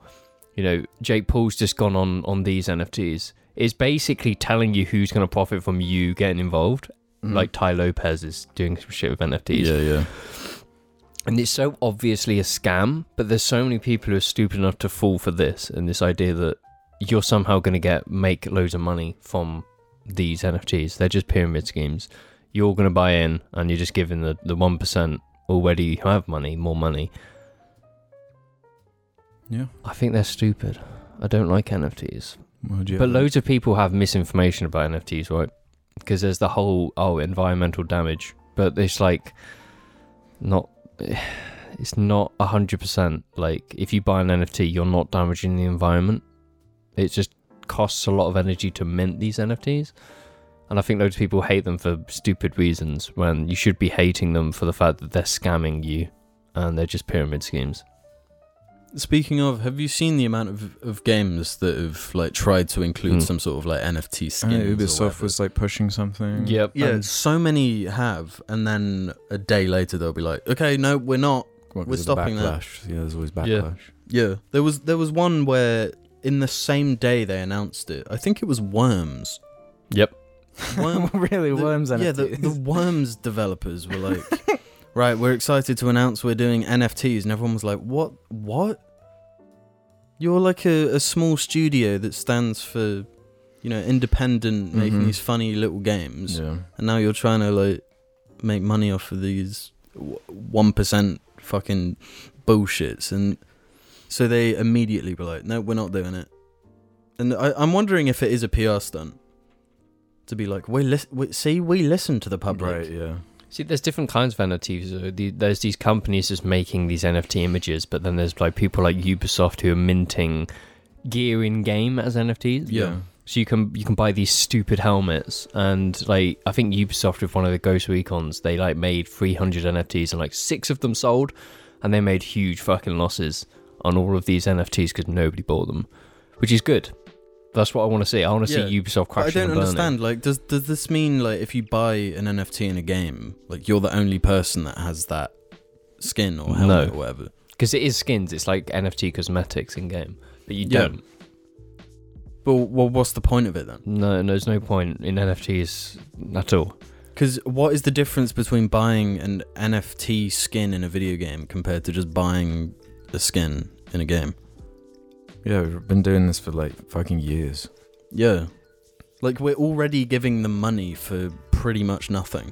Speaker 1: you know Jake Paul's just gone on on these NFTs. It's basically telling you who's going to profit from you getting involved.
Speaker 3: Mm.
Speaker 1: Like Ty Lopez is doing some shit with NFTs,
Speaker 2: Mm. yeah, yeah.
Speaker 1: and it's so obviously a scam. But there's so many people who are stupid enough to fall for this and this idea that you're somehow going to get make loads of money from these NFTs. They're just pyramid schemes. You're going to buy in, and you're just giving the the one percent already who have money more money.
Speaker 2: Yeah.
Speaker 1: I think they're stupid. I don't like NFTs.
Speaker 2: Well, do you
Speaker 1: But
Speaker 2: have that?
Speaker 1: loads of people have misinformation about NFTs, right? Because there's the whole oh environmental damage, but it's like not. It's not hundred percent. Like if you buy an NFT, you're not damaging the environment. It just costs a lot of energy to mint these NFTs, and I think loads of people hate them for stupid reasons. When you should be hating them for the fact that they're scamming you, and they're just pyramid schemes.
Speaker 3: Speaking of, have you seen the amount of, of games that have like tried to include
Speaker 1: Hmm.
Speaker 3: some sort of like NFT
Speaker 2: I know
Speaker 3: skins? or
Speaker 2: Uh, Ubisoft
Speaker 3: whatever?
Speaker 2: was Um, like pushing something.
Speaker 3: Yeah, so many have, and then a day later they'll be like, "Okay, no, we're not."
Speaker 2: Well, 'cause of
Speaker 3: We're
Speaker 2: the
Speaker 3: stopping that.
Speaker 2: backlash. Yeah, there's always backlash.
Speaker 3: Yeah, there was there was one where in the same day they announced it. I think it was Worms.
Speaker 1: Yep.
Speaker 3: Worm,
Speaker 2: really,
Speaker 3: the-
Speaker 2: worms
Speaker 3: yeah, the, the Worms developers were like, "Right, we're excited to announce we're doing NFTs," and everyone was like, "What? What? You're like a, a small studio that stands for, you know, independent, making
Speaker 2: Mhm.
Speaker 3: these funny little games."
Speaker 2: yeah.
Speaker 3: and now you're trying to like make money off of these one percent fucking bullshits, and so they immediately were like, "No, we're not doing it." And I, I'm wondering if it is a PR stunt to be like, "We lis- we, see, we listen to the public."
Speaker 2: Right, yeah.
Speaker 1: See, there's different kinds of NFTs. though. The- There's these companies just making these NFT images, but then there's like people like Ubisoft who are minting gear in game as NFTs.
Speaker 3: Yeah.
Speaker 1: So you can you can buy these stupid helmets, and like I think Ubisoft with one of the Ghost Recons, they like made 300 NFTs, and like six of them sold, and they made huge fucking losses on all of these NFTs because nobody bought them, which is good. That's what I want to see. I want to
Speaker 3: Yeah,
Speaker 1: see Ubisoft
Speaker 3: But I
Speaker 1: crashing.
Speaker 3: don't
Speaker 1: and burning.
Speaker 3: understand. Like, does does this mean like if you buy an NFT in a game, like you're the only person that has that skin or helmet
Speaker 1: No.
Speaker 3: or whatever?
Speaker 1: because it is skins. It's like NFT cosmetics in game, but you
Speaker 3: Yeah.
Speaker 1: don't.
Speaker 3: But well, what's the point of it then?
Speaker 1: No, no, there's no point in NFTs at all.
Speaker 3: Because what is the difference between buying an NFT skin in a video game compared to just buying a skin in a game?
Speaker 2: Yeah, we've been doing this for like fucking years.
Speaker 3: Yeah. Like, we're already giving them money for pretty much nothing.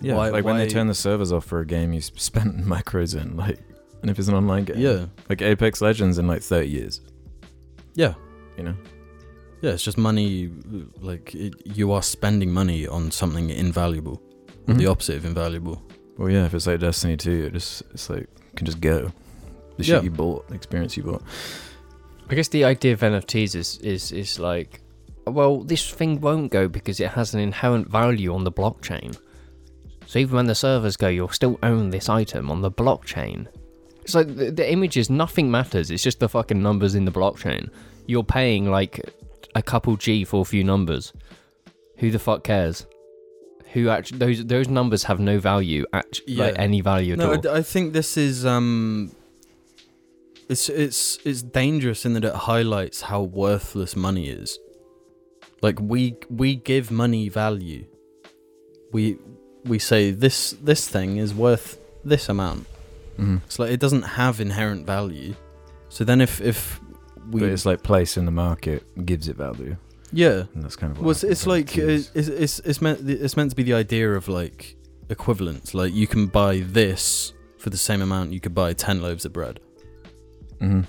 Speaker 2: Yeah,
Speaker 3: Why-
Speaker 2: like when
Speaker 3: why-
Speaker 2: they turn the servers off for a game, you s- spend macros in like, and if it's an online game,
Speaker 3: Yeah.
Speaker 2: like Apex Legends in like thirty years,
Speaker 3: Yeah.
Speaker 2: you know.
Speaker 3: Yeah, it's just money. Like, it, you are spending money on something invaluable, or
Speaker 2: Mm-hmm.
Speaker 3: the opposite of invaluable.
Speaker 2: Well, yeah, if it's like Destiny two, it just it's like you can just go. The
Speaker 3: Yeah.
Speaker 2: shit you bought, the experience you bought.
Speaker 1: I guess the idea of NFTs is is is like, well, this thing won't go because it has an inherent value on the blockchain. So even when the servers go, you'll still own this item on the blockchain. It's like the, the images, nothing matters. It's just the fucking numbers in the blockchain. You're paying like a couple G for a few numbers. Who the fuck cares? Who actually those those numbers have no value, act, like
Speaker 3: Yeah.
Speaker 1: any value at
Speaker 3: No,
Speaker 1: all.
Speaker 3: I d- I, think this is um, it's it's it's dangerous in that it highlights how worthless money is. Like we we give money value. We we say this this thing is worth this amount,
Speaker 2: Mm-hmm.
Speaker 3: It's like it doesn't have inherent value. So then if if
Speaker 2: but
Speaker 3: we
Speaker 2: it's like place in the market gives it value,
Speaker 3: yeah,
Speaker 2: and that's kind of. What
Speaker 3: well, it's,
Speaker 2: happens
Speaker 3: it's
Speaker 2: with
Speaker 3: like uh,
Speaker 2: NFTs.
Speaker 3: it's, it's it's meant it's meant to be the idea of like equivalence. Like you can buy this for the same amount you could buy ten loaves of bread,
Speaker 2: Mhm.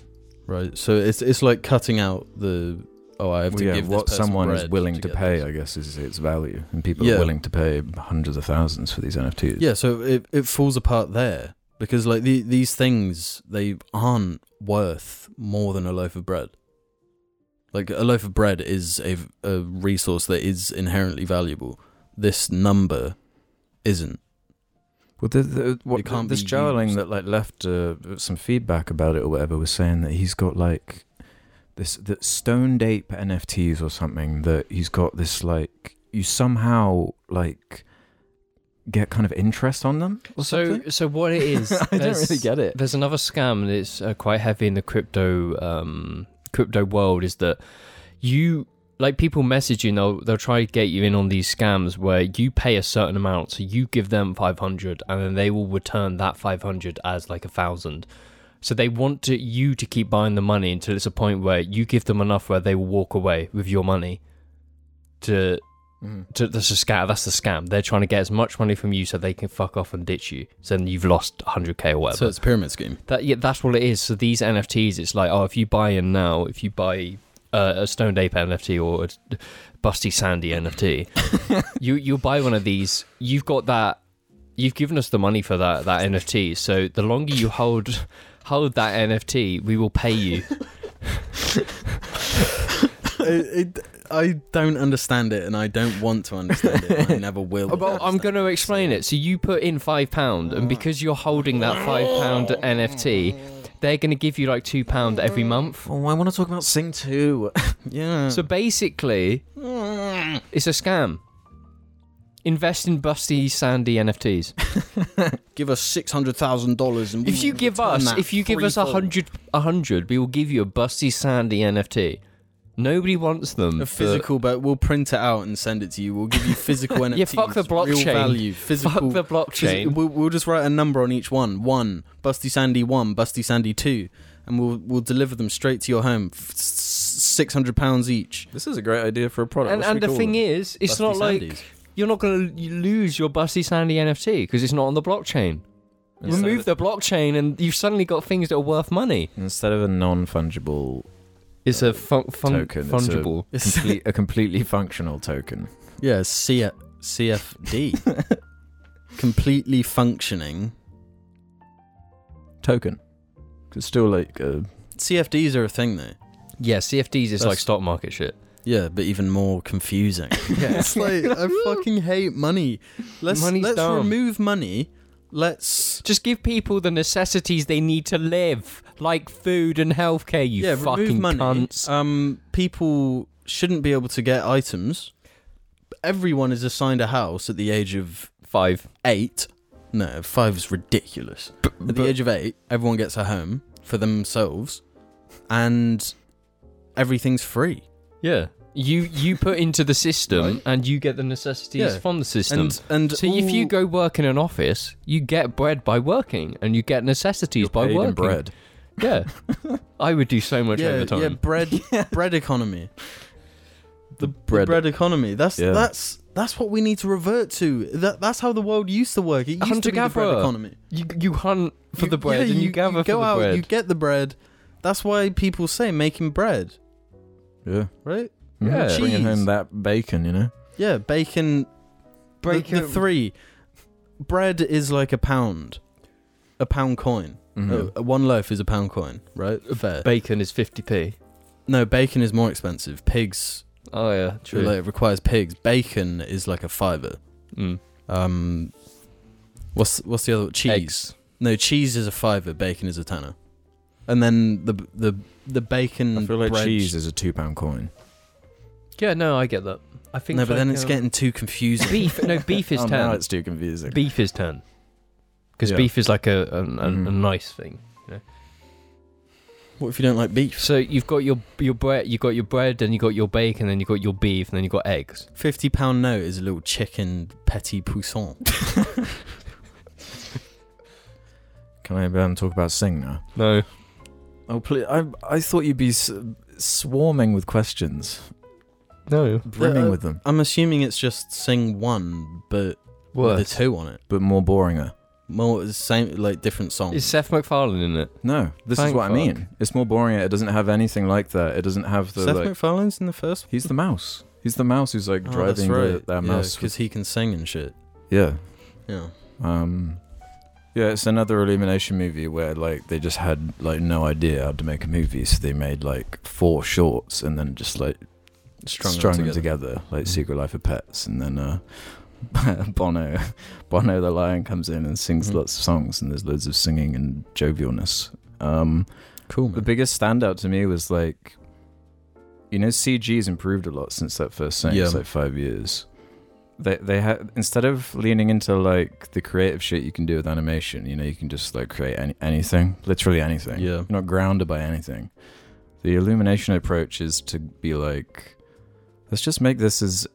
Speaker 3: right? So it's it's like cutting out the oh I have
Speaker 2: Well,
Speaker 3: to
Speaker 2: yeah,
Speaker 3: give this
Speaker 2: what
Speaker 3: person
Speaker 2: someone is
Speaker 3: bread
Speaker 2: willing to
Speaker 3: get
Speaker 2: pay,
Speaker 3: this.
Speaker 2: I guess, is its value, and people
Speaker 3: Yeah.
Speaker 2: are willing to pay hundreds of thousands for these NFTs.
Speaker 3: Yeah, so it it falls apart there because like the, these things they aren't worth more than a loaf of bread. Like a loaf of bread is a a resource that is inherently valuable. This number isn't.
Speaker 2: Well, the, the,
Speaker 3: It
Speaker 2: what,
Speaker 3: can't
Speaker 2: this
Speaker 3: be
Speaker 2: jarling
Speaker 3: used.
Speaker 2: that like left uh, some feedback about it or whatever was saying that he's got like this that stoned ape NFTs or something that he's got this like you somehow like get kind of interest on them or
Speaker 1: so,
Speaker 2: something.
Speaker 1: so what it is?
Speaker 2: I don't
Speaker 1: there's-
Speaker 2: really get it.
Speaker 1: There's another scam that's uh, quite heavy in the crypto um, crypto world. Is that you like people message you and they'll they'll try to get you in on these scams where you pay a certain amount, so you give them five hundred, and then they will return that five hundred as like a thousand. So they want to, you to keep buying the money until it's a point where you give them enough where they will walk away with your money. To
Speaker 2: Mhm.
Speaker 1: to, that's a scam. That's the scam. They're trying to get as much money from you so they can fuck off and ditch you. So then you've lost 100k or whatever.
Speaker 3: So it's a pyramid scheme.
Speaker 1: that yeah, that's what it is. So these NFTs, it's like oh, if you buy in now, if you buy uh, a stoned ape NFT or a busty sandy NFT, you you buy one of these. You've got that. You've given us the money for that that NFT. So the longer you hold hold that NFT, we will pay you.
Speaker 3: it, it, I don't understand it, and I don't want to understand it. and I never will.
Speaker 1: Well, I'm going to explain it. So you put in five pound, and because you're holding that five pound NFT, they're going to give you like two pound every month.
Speaker 2: Oh, I want to talk about Sing Two.
Speaker 3: Yeah.
Speaker 1: So basically, it's a scam. Invest in busty sandy NFTs.
Speaker 3: give us six hundred thousand dollars, and we
Speaker 1: If you
Speaker 3: will
Speaker 1: give
Speaker 3: return
Speaker 1: us,
Speaker 3: that
Speaker 1: if you give us a
Speaker 3: threefold.
Speaker 1: hundred, a hundred, we will give you a busty sandy NFT. Nobody wants them.
Speaker 3: A
Speaker 1: but-
Speaker 3: physical, but we'll print it out and send it to you. We'll give you physical NFTs.
Speaker 1: Yeah, fuck the
Speaker 3: Real
Speaker 1: blockchain.
Speaker 3: value. Physical.
Speaker 1: Fuck the
Speaker 3: phys-
Speaker 1: blockchain.
Speaker 3: we'll, we'll just write a number on each one. One, Busty Sandy one, Busty Sandy two, and we'll we'll deliver them straight to your home. Six hundred pounds each.
Speaker 2: This is a great idea for a product.
Speaker 1: And, and the thing is, it's
Speaker 3: Busty
Speaker 1: not like
Speaker 3: Sandies.
Speaker 1: you're not going to lose your busty sandy NFT because it's not on the blockchain.
Speaker 2: Instead
Speaker 1: Remove
Speaker 2: of-
Speaker 1: the blockchain, and you've suddenly got things that are worth money.
Speaker 2: instead of a non-fungible,
Speaker 1: It's a fun, fun,
Speaker 2: Token, it's a-
Speaker 1: fungible.
Speaker 3: It's-
Speaker 2: complete, a completely functional token.
Speaker 3: yeah, C- CFD. Completely functioning.
Speaker 2: token. It's still like uh,
Speaker 3: CFDs are a thing though.
Speaker 1: Yeah, CFDs is
Speaker 3: That's-
Speaker 1: like stock market shit.
Speaker 3: Yeah, but even more confusing. yeah, it's like I fucking hate money. Let's
Speaker 1: Money's
Speaker 3: let's
Speaker 1: dumb.
Speaker 3: remove money. Let's
Speaker 1: Just give people the necessities they need to live, like food and healthcare. You
Speaker 3: yeah
Speaker 1: fucking
Speaker 3: remove money.
Speaker 1: cunts.
Speaker 3: Um, people shouldn't be able to get items. Everyone is assigned a house at the age of
Speaker 1: Five.
Speaker 3: eight. No, five is ridiculous. at the age of eight, everyone gets a home for themselves, and everything's free.
Speaker 1: Yeah. You you put into the system
Speaker 3: Right.
Speaker 1: and you get the necessities
Speaker 3: Yeah.
Speaker 1: from the system.
Speaker 3: And and
Speaker 1: so if you
Speaker 3: all-
Speaker 1: go work in an office, you get bread by working, and you get necessities by
Speaker 2: paid in
Speaker 1: working.
Speaker 2: bread.
Speaker 1: Yeah, I would do so much
Speaker 3: yeah,
Speaker 1: overtime.
Speaker 3: yeah, bread bread economy.
Speaker 2: The
Speaker 3: bread, economy. That's
Speaker 2: Yeah.
Speaker 3: that's that's what we need to revert to. That that's how the world used to work. It used to be the bread
Speaker 1: Hunter-gatherer.
Speaker 3: economy.
Speaker 1: You you hunt for
Speaker 3: You-
Speaker 1: the bread
Speaker 3: yeah,
Speaker 1: and you, gather
Speaker 3: go
Speaker 1: for the
Speaker 3: out,
Speaker 1: bread.
Speaker 3: You get the bread. That's why people say making bread,
Speaker 2: Yeah.
Speaker 3: right?
Speaker 1: Yeah.
Speaker 2: Mhm. Bringing
Speaker 3: Cheese.
Speaker 2: home that bacon, you know?
Speaker 3: Yeah, bacon. the-
Speaker 1: Bacon-
Speaker 3: the three. Bread is like a pound, a pound coin.
Speaker 1: Hmm.
Speaker 2: Mm-hmm. Oh,
Speaker 3: Uh, one loaf is a pound coin, right? Fair.
Speaker 1: Bacon is fifty p.
Speaker 3: no, bacon is more expensive. Pigs,
Speaker 1: Oh yeah, true.
Speaker 3: like, it requires pigs. Bacon is like a fiver.
Speaker 1: Mm.
Speaker 3: Um, what's what's the other cheese?
Speaker 1: Eggs.
Speaker 3: No, cheese is a fiver, bacon is a tenner, and then the the the bacon.
Speaker 2: I feel like
Speaker 3: bread-
Speaker 2: cheese is a two pound coin.
Speaker 1: Yeah, no, I get that. I think.
Speaker 3: No, but then
Speaker 1: like,
Speaker 3: it's
Speaker 1: um,
Speaker 3: getting too confusing.
Speaker 1: beef. No, beef is
Speaker 2: oh,
Speaker 1: ten.
Speaker 2: now it's too confusing.
Speaker 1: beef is ten. Because
Speaker 2: Yeah.
Speaker 1: beef is like a a, a, a
Speaker 3: Mm-hmm.
Speaker 2: Mhm.
Speaker 1: nice thing.
Speaker 3: what if you don't like beef?
Speaker 1: So you've got your your bread, you got your bread, and you got your bacon, then you got your beef, and then you got eggs.
Speaker 3: Fifty pound note is a little chicken petit poisson.
Speaker 2: Can I um, talk about Sing now?
Speaker 1: No.
Speaker 2: Oh, please. I, I thought you'd be s- swarming with questions,
Speaker 1: No.
Speaker 2: brimming
Speaker 3: Uh,
Speaker 2: with them,
Speaker 3: I'm assuming it's just Sing 1, but with the 2 on it.
Speaker 2: but more boringer.
Speaker 3: Well, it's the same, like different songs.
Speaker 1: Is Seth MacFarlane in it?
Speaker 2: No, this is
Speaker 1: Thank
Speaker 2: what
Speaker 1: fuck.
Speaker 2: I mean. It's more boring. It doesn't have anything like that. It doesn't have the
Speaker 3: Seth
Speaker 2: like.
Speaker 3: MacFarlane's in the first
Speaker 2: he's the mouse. He's the mouse who's like
Speaker 3: one? Oh,
Speaker 2: driving the, that mouse.
Speaker 3: because
Speaker 2: with-
Speaker 3: he can sing and shit.
Speaker 2: yeah.
Speaker 3: Yeah.
Speaker 2: Um, yeah, it's another Illumination movie where like they just had like no idea how to make a movie, so they made like four shorts and then just like strung, them, together. Mm. like Secret Life of Pets, and then uh, Bono, Bono the lion comes in and sings
Speaker 3: Mhm.
Speaker 2: lots of songs, and there's loads of singing and jovialness. Um,
Speaker 3: Cool,
Speaker 2: the
Speaker 3: man.
Speaker 2: biggest standout to me was like, you know, CG's improved a lot since that first thing. It's
Speaker 3: Yeah.
Speaker 2: like five years. They they had instead of leaning into like the creative shit you can do with animation, you know, you can just like create any, anything, literally anything.
Speaker 3: Yeah.
Speaker 2: You're not grounded by anything. The illumination approach is to be like, let's just make this as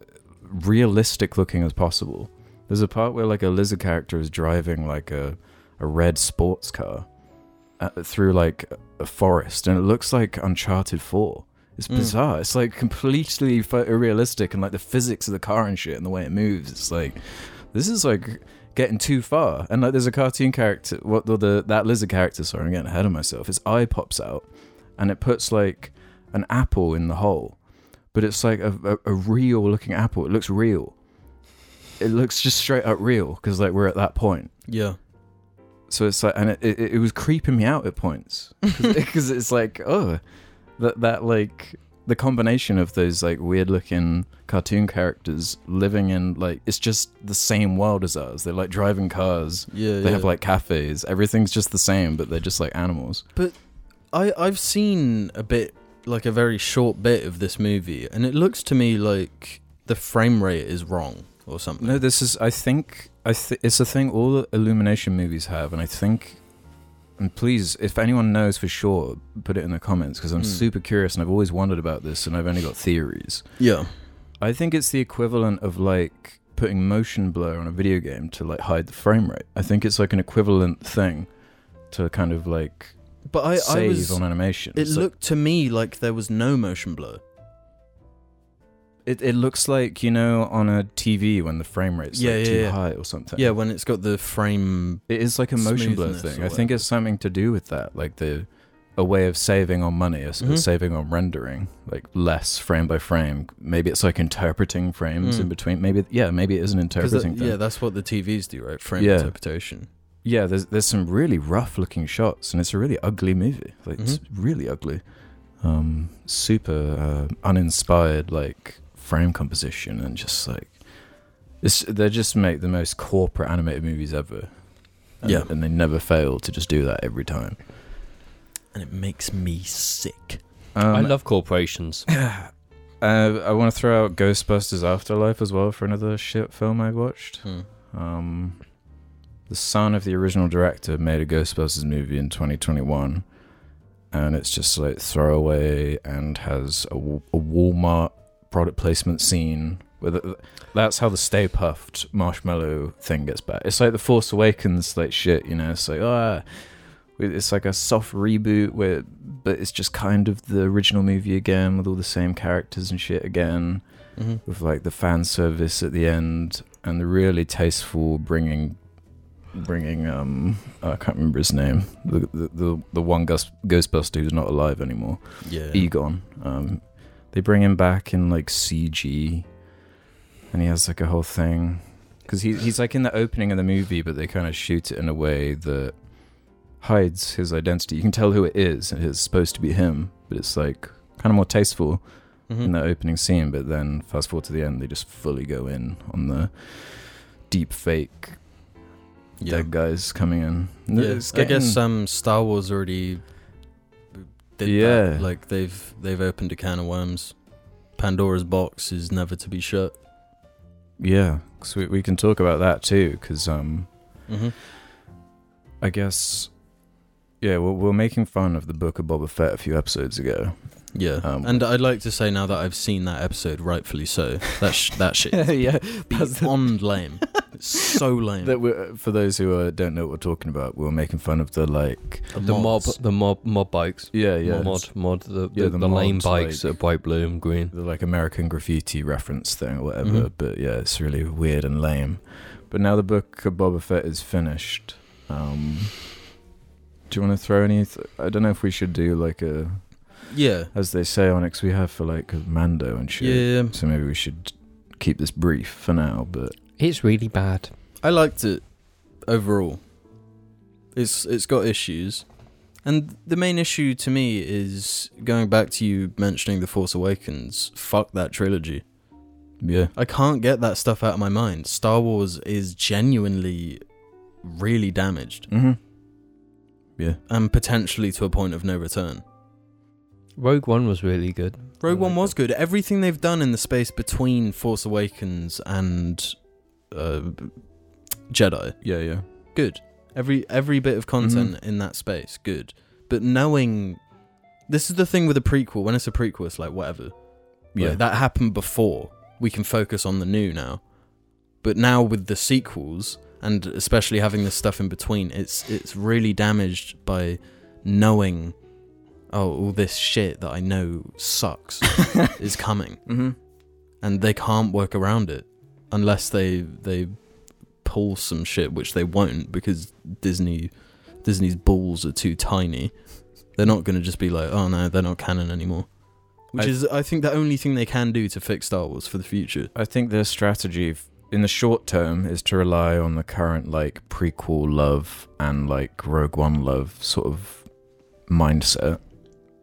Speaker 2: realistic looking as possible. There's a part where like a lizard character is driving like a a red sports car uh, through like a forest, and it looks like Uncharted Four. It's
Speaker 3: Mm.
Speaker 2: bizarre. It's like completely photorealistic, and like the physics of the car and shit, and the way it moves. It's like this is like getting too far. And like, there's a cartoon character, what the, the that lizard character. Sorry, I'm getting ahead of myself. His eye pops out, and it puts like an apple in the hole, but it's like a, a, a real looking apple. It looks real. It looks just straight up real because like we're at that point.
Speaker 3: Yeah.
Speaker 2: So it's like, and it, it, it was creeping me out at points because it's like, oh, that that like the combination of those like weird looking cartoon characters living in like it's just the same world as ours. They're like driving cars.
Speaker 3: Yeah.
Speaker 2: They
Speaker 3: yeah.
Speaker 2: have like cafes. Everything's just the same, but they're just like animals.
Speaker 3: I I've seen a bit like a very short bit of this movie, and it looks to me like the frame rate is wrong or something.
Speaker 2: No, this is. I think. I th- it's a thing all the Illumination movies have, and I think. And please, if anyone knows for sure, put it in the comments because I'm
Speaker 3: Hmm.
Speaker 2: super curious and I've always wondered about this, and I've only got theories.
Speaker 3: yeah,
Speaker 2: I think it's the equivalent of like putting motion blur on a video game to like hide the frame rate. I think it's like an equivalent thing to kind of like
Speaker 3: but I
Speaker 2: save
Speaker 3: I was
Speaker 2: on animation.
Speaker 3: it
Speaker 2: It's like-
Speaker 3: looked to me like there was no motion blur.
Speaker 2: it, it looks like you know on a TV when the frame rate's
Speaker 3: Yeah,
Speaker 2: like
Speaker 3: yeah,
Speaker 2: too
Speaker 3: yeah.
Speaker 2: high or something.
Speaker 3: Yeah, when it's got the frame.
Speaker 2: It is like a motion blur
Speaker 3: Smoothness
Speaker 2: thing.
Speaker 3: or
Speaker 2: I think it's something to do with that, like the a way of saving on money, a, s- a
Speaker 3: Mhm.
Speaker 2: saving on rendering, like less frame by frame. Maybe it's like interpreting frames
Speaker 3: Mm.
Speaker 2: in between. Maybe yeah, maybe it is an
Speaker 3: 'cause
Speaker 2: interpreting
Speaker 3: that-
Speaker 2: thing.
Speaker 3: yeah, that's what the TVs do, right? Frame
Speaker 2: Yeah.
Speaker 3: interpretation.
Speaker 2: yeah, there's there's some really rough looking shots, and it's a really ugly movie. Like it's really ugly, um, super uh, uninspired, like frame composition, and just like it's they just make the most corporate animated movies ever. And,
Speaker 3: Yeah.
Speaker 2: and they never fail to just do that every time.
Speaker 3: And it makes me sick.
Speaker 2: Um,
Speaker 1: I love corporations.
Speaker 2: uh, I want to throw out Ghostbusters Afterlife as well for another shit film I watched.
Speaker 3: Hmm.
Speaker 2: Um, the son of the original director made a Ghostbusters movie in 2021, and it's just like throwaway and has a, Wa- a Walmart product placement scene. With it. That's how the Stay Puffed marshmallow thing gets back. It's like the Force Awakens like shit, you know. It's like ah, we- it's like a soft reboot where, but it's just kind of the original movie again with all the same characters and shit again
Speaker 3: hmm
Speaker 2: with like the fan service at the end and the really tasteful bringing bringing um I can't remember his name the the the, the one ghost, Ghostbuster who's not alive anymore
Speaker 3: Yeah.
Speaker 2: Egon um they bring him back in like CG and he has like a whole thing because he, he's like in the opening of the movie but they kind of shoot it in a way that hides his identity you can tell who it is and it's supposed to be him but it's like kind of more tasteful
Speaker 3: Mhm.
Speaker 2: in that opening scene, but then fast forward to the end, they just fully go in on the deep fake
Speaker 3: yeah.
Speaker 2: dead guys coming in.
Speaker 3: Yeah,
Speaker 2: It's
Speaker 3: I
Speaker 2: getting-
Speaker 3: guess um, Star Wars already did
Speaker 2: Yeah.
Speaker 3: that. Like they've they've opened a can of worms. Pandora's box is never to be shut.
Speaker 2: yeah, 'cause we, we can talk about that too, because um,
Speaker 3: Mm-hmm.
Speaker 2: I guess. Yeah, we're, we're making fun of the book of Boba Fett a few episodes ago.
Speaker 3: Yeah,
Speaker 2: Um,
Speaker 3: and I'd like to say now that I've seen that episode, rightfully so. That sh- that shit
Speaker 2: yeah,
Speaker 3: beyond lame. It's so lame.
Speaker 2: That we're, for those who uh, don't know what we're talking about, we were making fun of the like.
Speaker 1: the mob,
Speaker 3: mods.
Speaker 1: the mob, mob bikes.
Speaker 2: Yeah, yeah.
Speaker 1: Yeah, mod, mod, the,
Speaker 2: Yeah,
Speaker 1: the,
Speaker 2: the
Speaker 1: the lane
Speaker 2: mods,
Speaker 1: bikes
Speaker 2: like-
Speaker 1: that are white, blue, and green.
Speaker 2: the like American graffiti reference thing or whatever.
Speaker 3: Mhm.
Speaker 2: But yeah, it's really weird and lame. But now the book of Boba Fett is finished. Um, do you want to throw any? Th- I don't know if we should do like a,
Speaker 3: Yeah.
Speaker 2: as they say on X, we have for like Mando and shit.
Speaker 3: Yeah.
Speaker 2: So maybe we should keep this brief for now. But
Speaker 1: It's really bad.
Speaker 3: I liked it overall. It's it's got issues. And the main issue to me is going back to you mentioning The Force Awakens, fuck that trilogy.
Speaker 2: yeah,
Speaker 3: I can't get that stuff out of my mind. Star Wars is genuinely really damaged
Speaker 2: mm-hmm.
Speaker 3: and potentially to a point of no return.
Speaker 1: Rogue One was really good.
Speaker 3: Rogue
Speaker 1: I
Speaker 3: One
Speaker 1: like
Speaker 3: was good. Everything they've done in the space between Force Awakens and uh, Jedi,
Speaker 2: yeah, yeah. Mm-hmm.
Speaker 3: good. Every every bit of content in that space, good. But knowing this is the thing with a prequel. When it's a prequel, it's like whatever.
Speaker 2: Yeah.
Speaker 3: Like, that happened before. We can focus on the new now. But now with the sequels and especially having this stuff in between, it's it's really damaged by knowing oh all this shit that I know sucks is coming
Speaker 2: mm-hmm.
Speaker 3: and they can't work around it unless they they pull some shit which they won't because Disney Disney's balls are too tiny. They're not going to just be like, "Oh no, they're not canon anymore." Which
Speaker 2: I-
Speaker 3: is I think the only thing they can do to fix Star Wars for the future.
Speaker 2: I think their strategy f- in the short term is to rely on the current like prequel love and like Rogue One love sort of mindset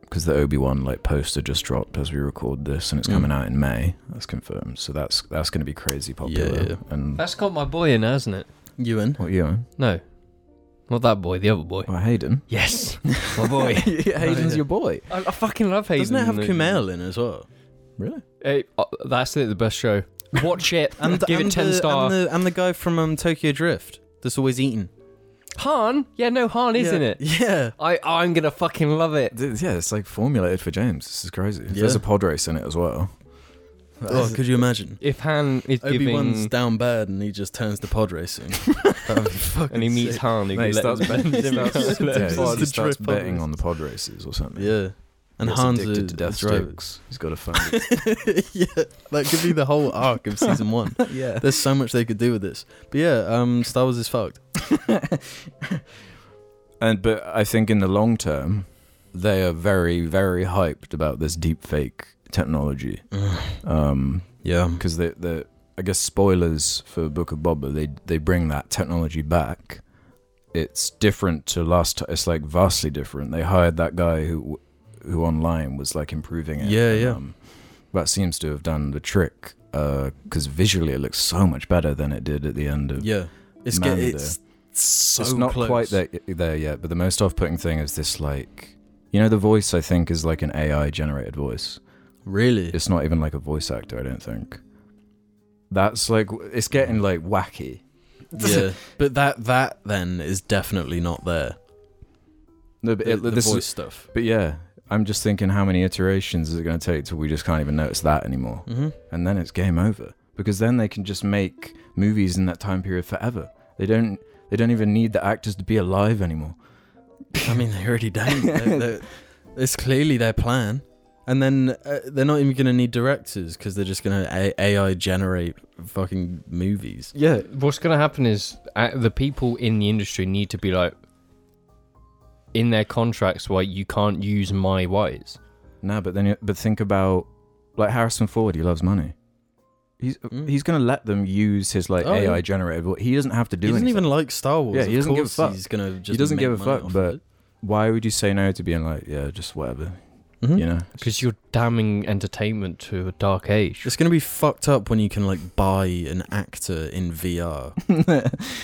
Speaker 2: because the Obi Wan like poster just dropped as we record this and it's
Speaker 3: Mm.
Speaker 2: coming out in May. That's confirmed. So that's that's going to be crazy popular.
Speaker 3: yeah.
Speaker 2: And
Speaker 1: That's got my boy in, hasn't it?
Speaker 3: Ewan,
Speaker 2: what Ewan?
Speaker 1: No, not that boy. The other boy.
Speaker 2: Oh, Hayden.
Speaker 1: Yes, my Oh, boy.
Speaker 2: Hayden's
Speaker 3: yeah.
Speaker 2: your boy.
Speaker 1: I, I fucking love Hayden.
Speaker 3: doesn't it have
Speaker 1: and-
Speaker 3: Kumail in as well?
Speaker 2: Really?
Speaker 1: Hey, uh, that's it. The best show. Watch it.
Speaker 3: And
Speaker 1: give
Speaker 3: and
Speaker 1: it ten
Speaker 3: the,
Speaker 1: star.
Speaker 3: And the, and the guy from um, Tokyo Drift that's always eaten,
Speaker 1: Han. Yeah, no Han, isn't
Speaker 3: Yeah.
Speaker 1: it?
Speaker 3: Yeah.
Speaker 1: I I'm gonna fucking love it.
Speaker 2: Th- Yeah, it's like formulated for James. This is crazy.
Speaker 3: Yeah.
Speaker 2: There's a pod race in it as well.
Speaker 3: Oh, could you imagine?
Speaker 1: If Han is
Speaker 3: Obi Wan's
Speaker 1: giving
Speaker 3: down bad and he just turns to pod racing. That would be fucking
Speaker 1: and he meets
Speaker 3: sick.
Speaker 1: Han, he
Speaker 2: Mate, he
Speaker 1: lets
Speaker 2: starts,
Speaker 1: Ben
Speaker 2: he
Speaker 1: Zimmer
Speaker 2: starts,
Speaker 1: come
Speaker 2: yeah,
Speaker 1: to the
Speaker 2: he
Speaker 1: pod.
Speaker 3: the
Speaker 2: starts
Speaker 3: drip on
Speaker 2: betting
Speaker 3: this.
Speaker 2: on the pod races or something.
Speaker 3: Yeah. And
Speaker 2: Gets
Speaker 3: Han's
Speaker 2: addicted
Speaker 3: a,
Speaker 2: to
Speaker 3: a
Speaker 2: death
Speaker 3: driver.
Speaker 2: jokes. He's got to find.
Speaker 3: yeah, that could be the whole arc of season one.
Speaker 2: yeah.
Speaker 3: There's so much they could do with this. But yeah, um, Star Wars is fucked.
Speaker 2: And but I think in the long term, they are very very hyped about this deep fake technology. Um,
Speaker 3: yeah.
Speaker 2: because they they I guess spoilers for Book of Boba they they bring that technology back. It's different to last. ti- It's like vastly different. They hired that guy who who online was like improving it.
Speaker 3: Yeah, yeah.
Speaker 2: um, that seems to have done the trick because visually it looks so much better than it did at the end of
Speaker 3: Yeah. It's get,
Speaker 2: Mando.
Speaker 3: it's so
Speaker 2: it's not
Speaker 3: close.
Speaker 2: quite there, there yet, but the most off-putting thing is this like you know the voice I think is like an AI generated voice.
Speaker 3: Really?
Speaker 2: It's not even like a voice actor, I don't think. That's like it's getting like wacky.
Speaker 3: yeah. But that that then is definitely not there.
Speaker 2: No, but
Speaker 3: The,
Speaker 2: it,
Speaker 3: the
Speaker 2: this
Speaker 3: voice
Speaker 2: is,
Speaker 3: stuff.
Speaker 2: but yeah, I'm just thinking how many iterations is it going to take till we just can't even notice that anymore,
Speaker 3: Mm-hmm.
Speaker 2: and then it's game over because then they can just make movies in that time period forever. They don't they don't even need the actors to be alive anymore.
Speaker 3: I mean, they already done. They're- they're- it's clearly their plan. And then uh, they're not even going to need directors because they're just going to AI generate fucking movies.
Speaker 2: Yeah,
Speaker 1: What's gonna happen is uh, the people in the industry need to be like in their contracts, like you can't use my wires.
Speaker 2: No, but then you- but think about like Harrison Ford. He loves money. He's
Speaker 3: Mm.
Speaker 2: he's gonna let them use his like
Speaker 3: Oh, yeah.
Speaker 2: AI generated. But he doesn't have to do
Speaker 3: he doesn't
Speaker 2: anything.
Speaker 3: even like Star Wars.
Speaker 2: Yeah, he
Speaker 3: Of
Speaker 2: doesn't give a
Speaker 3: course
Speaker 2: fuck.
Speaker 3: He's gonna just
Speaker 2: doesn't
Speaker 3: make
Speaker 2: give a
Speaker 3: money
Speaker 2: fuck,
Speaker 3: off of
Speaker 2: but-
Speaker 3: it.
Speaker 2: Why would you say no to being like yeah, just whatever?
Speaker 3: Mhm.
Speaker 2: You know,
Speaker 1: Because you're damning entertainment to a dark age.
Speaker 3: it's gonna be fucked up when you can like buy an actor in VR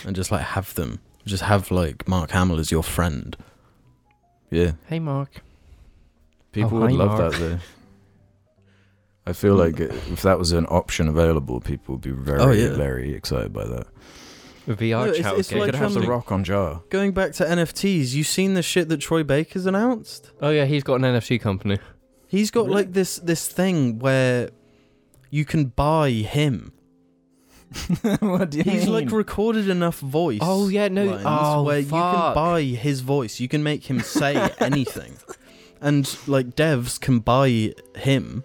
Speaker 3: and just like have them, just have like Mark Hamill as your friend.
Speaker 2: yeah.
Speaker 1: Hey, Mark.
Speaker 2: People
Speaker 1: Oh,
Speaker 2: would
Speaker 1: hi,
Speaker 2: love
Speaker 1: Mark.
Speaker 2: that though. I feel like it- if that was an option available, people would be very,
Speaker 3: Oh, yeah.
Speaker 2: very excited by that.
Speaker 1: A VR
Speaker 3: No, it's-
Speaker 1: chat.
Speaker 3: it's
Speaker 1: game.
Speaker 2: They
Speaker 3: Like,
Speaker 2: could have
Speaker 3: um,
Speaker 2: the Rock on Jar.
Speaker 3: Going back to NFTs, you seen the shit that Troy Baker's announced?
Speaker 1: Oh yeah, he's got an NFT company.
Speaker 3: He's got
Speaker 2: Really?
Speaker 3: like this this thing where you can buy him.
Speaker 2: what do you
Speaker 3: He's
Speaker 2: mean?
Speaker 3: like recorded enough voice.
Speaker 1: Oh, yeah, no-
Speaker 3: lines
Speaker 1: oh,
Speaker 3: where you
Speaker 1: fuck.
Speaker 3: can buy his voice. You can make him say anything, and like devs can buy him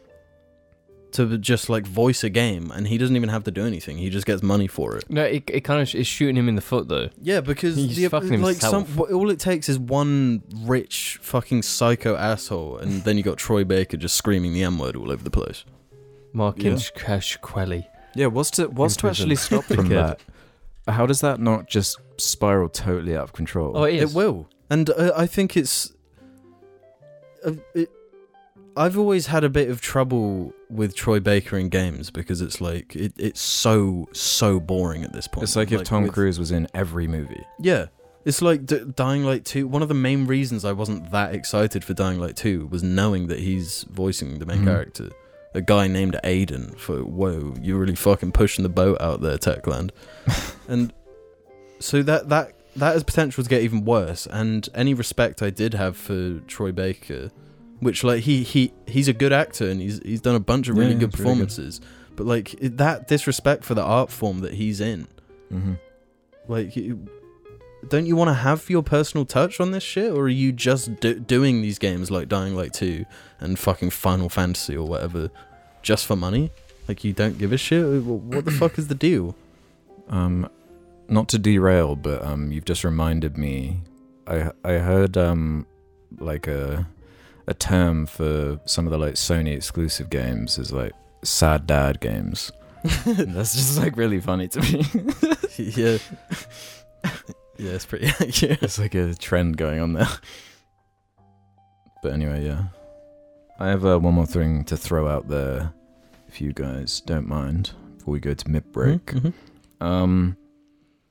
Speaker 3: to just like voice a game, and he doesn't even have to do anything. He just gets money for it.
Speaker 1: No, it, it kind of is shooting him in the foot though.
Speaker 3: Yeah, because
Speaker 1: He's
Speaker 3: the,
Speaker 1: fucking
Speaker 3: like
Speaker 1: himself.
Speaker 3: some, all it takes is one rich fucking psycho asshole, and then you got Troy Baker just screaming the M word all over the place.
Speaker 1: Mark
Speaker 2: Yeah.
Speaker 1: yeah. Quelly.
Speaker 2: Yeah, what's to what's
Speaker 1: In
Speaker 2: to actually
Speaker 1: prison.
Speaker 2: stop from
Speaker 1: Kid.
Speaker 2: that? How does that not just spiral totally out of control?
Speaker 1: Oh, it is.
Speaker 3: It will, and uh, I think it's. Uh, it, I've always had a bit of trouble with Troy Baker in games because it's like it, it's so so boring at this point.
Speaker 2: it's like if Tom
Speaker 3: with-
Speaker 2: Cruise was in every movie.
Speaker 3: Yeah, it's like D- Dying Light Two. One of the main reasons I wasn't that excited for Dying Light Two was knowing that he's voicing the main
Speaker 2: Mhm.
Speaker 3: character, a guy named Aiden. For whoa, you're really fucking pushing the boat out there, Techland. and so that that that has potential to get even worse. And any respect I did have for Troy Baker, which like he he he's a good actor and he's he's done a bunch of
Speaker 2: Yeah,
Speaker 3: really
Speaker 2: yeah,
Speaker 3: good
Speaker 2: it's really good.
Speaker 3: performances. But like it- that disrespect for the art form that he's in.
Speaker 2: Mm-hmm.
Speaker 3: Like, you- don't you want to have your personal touch on this shit, or are you just do- doing these games like Dying Light 2 and fucking Final Fantasy or whatever just for money? Like, you don't give a shit? Wh- What the fuck is the deal?
Speaker 2: Um, not to derail, but um, you've just reminded me. I I heard um, like a a term for some of the like Sony exclusive games is like sad dad games. And that's just like really funny to me.
Speaker 3: yeah. Yeah, it's pretty accurate.
Speaker 2: It's like a trend going on there. But anyway, yeah. I have uh, one more thing to throw out there, if you guys don't mind, before we go to mid break.
Speaker 3: Mhm.
Speaker 2: Um,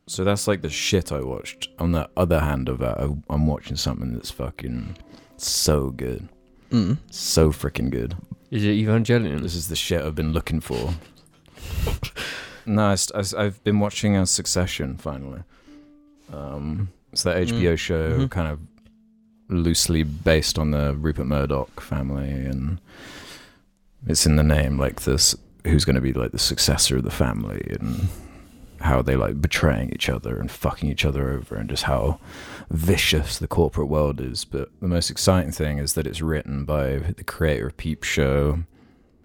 Speaker 2: so that's like the shit I watched. On the other hand of that, I, I'm watching something that's fucking so good,
Speaker 3: Mm.
Speaker 2: so freaking good.
Speaker 1: Is it Evangelion?
Speaker 2: This is the shit I've been looking for. no, I, st- I s- I've been watching a Succession finally. Um, it's that
Speaker 3: Mm.
Speaker 2: HBO show,
Speaker 3: Mhm.
Speaker 2: kind of loosely based on the Rupert Murdoch family, and it's in the name, like this. Who's going to be like the successor of the family, and how they like betraying each other and fucking each other over, and just how vicious the corporate world is. But the most exciting thing is that it's written by the creator of Peep Show,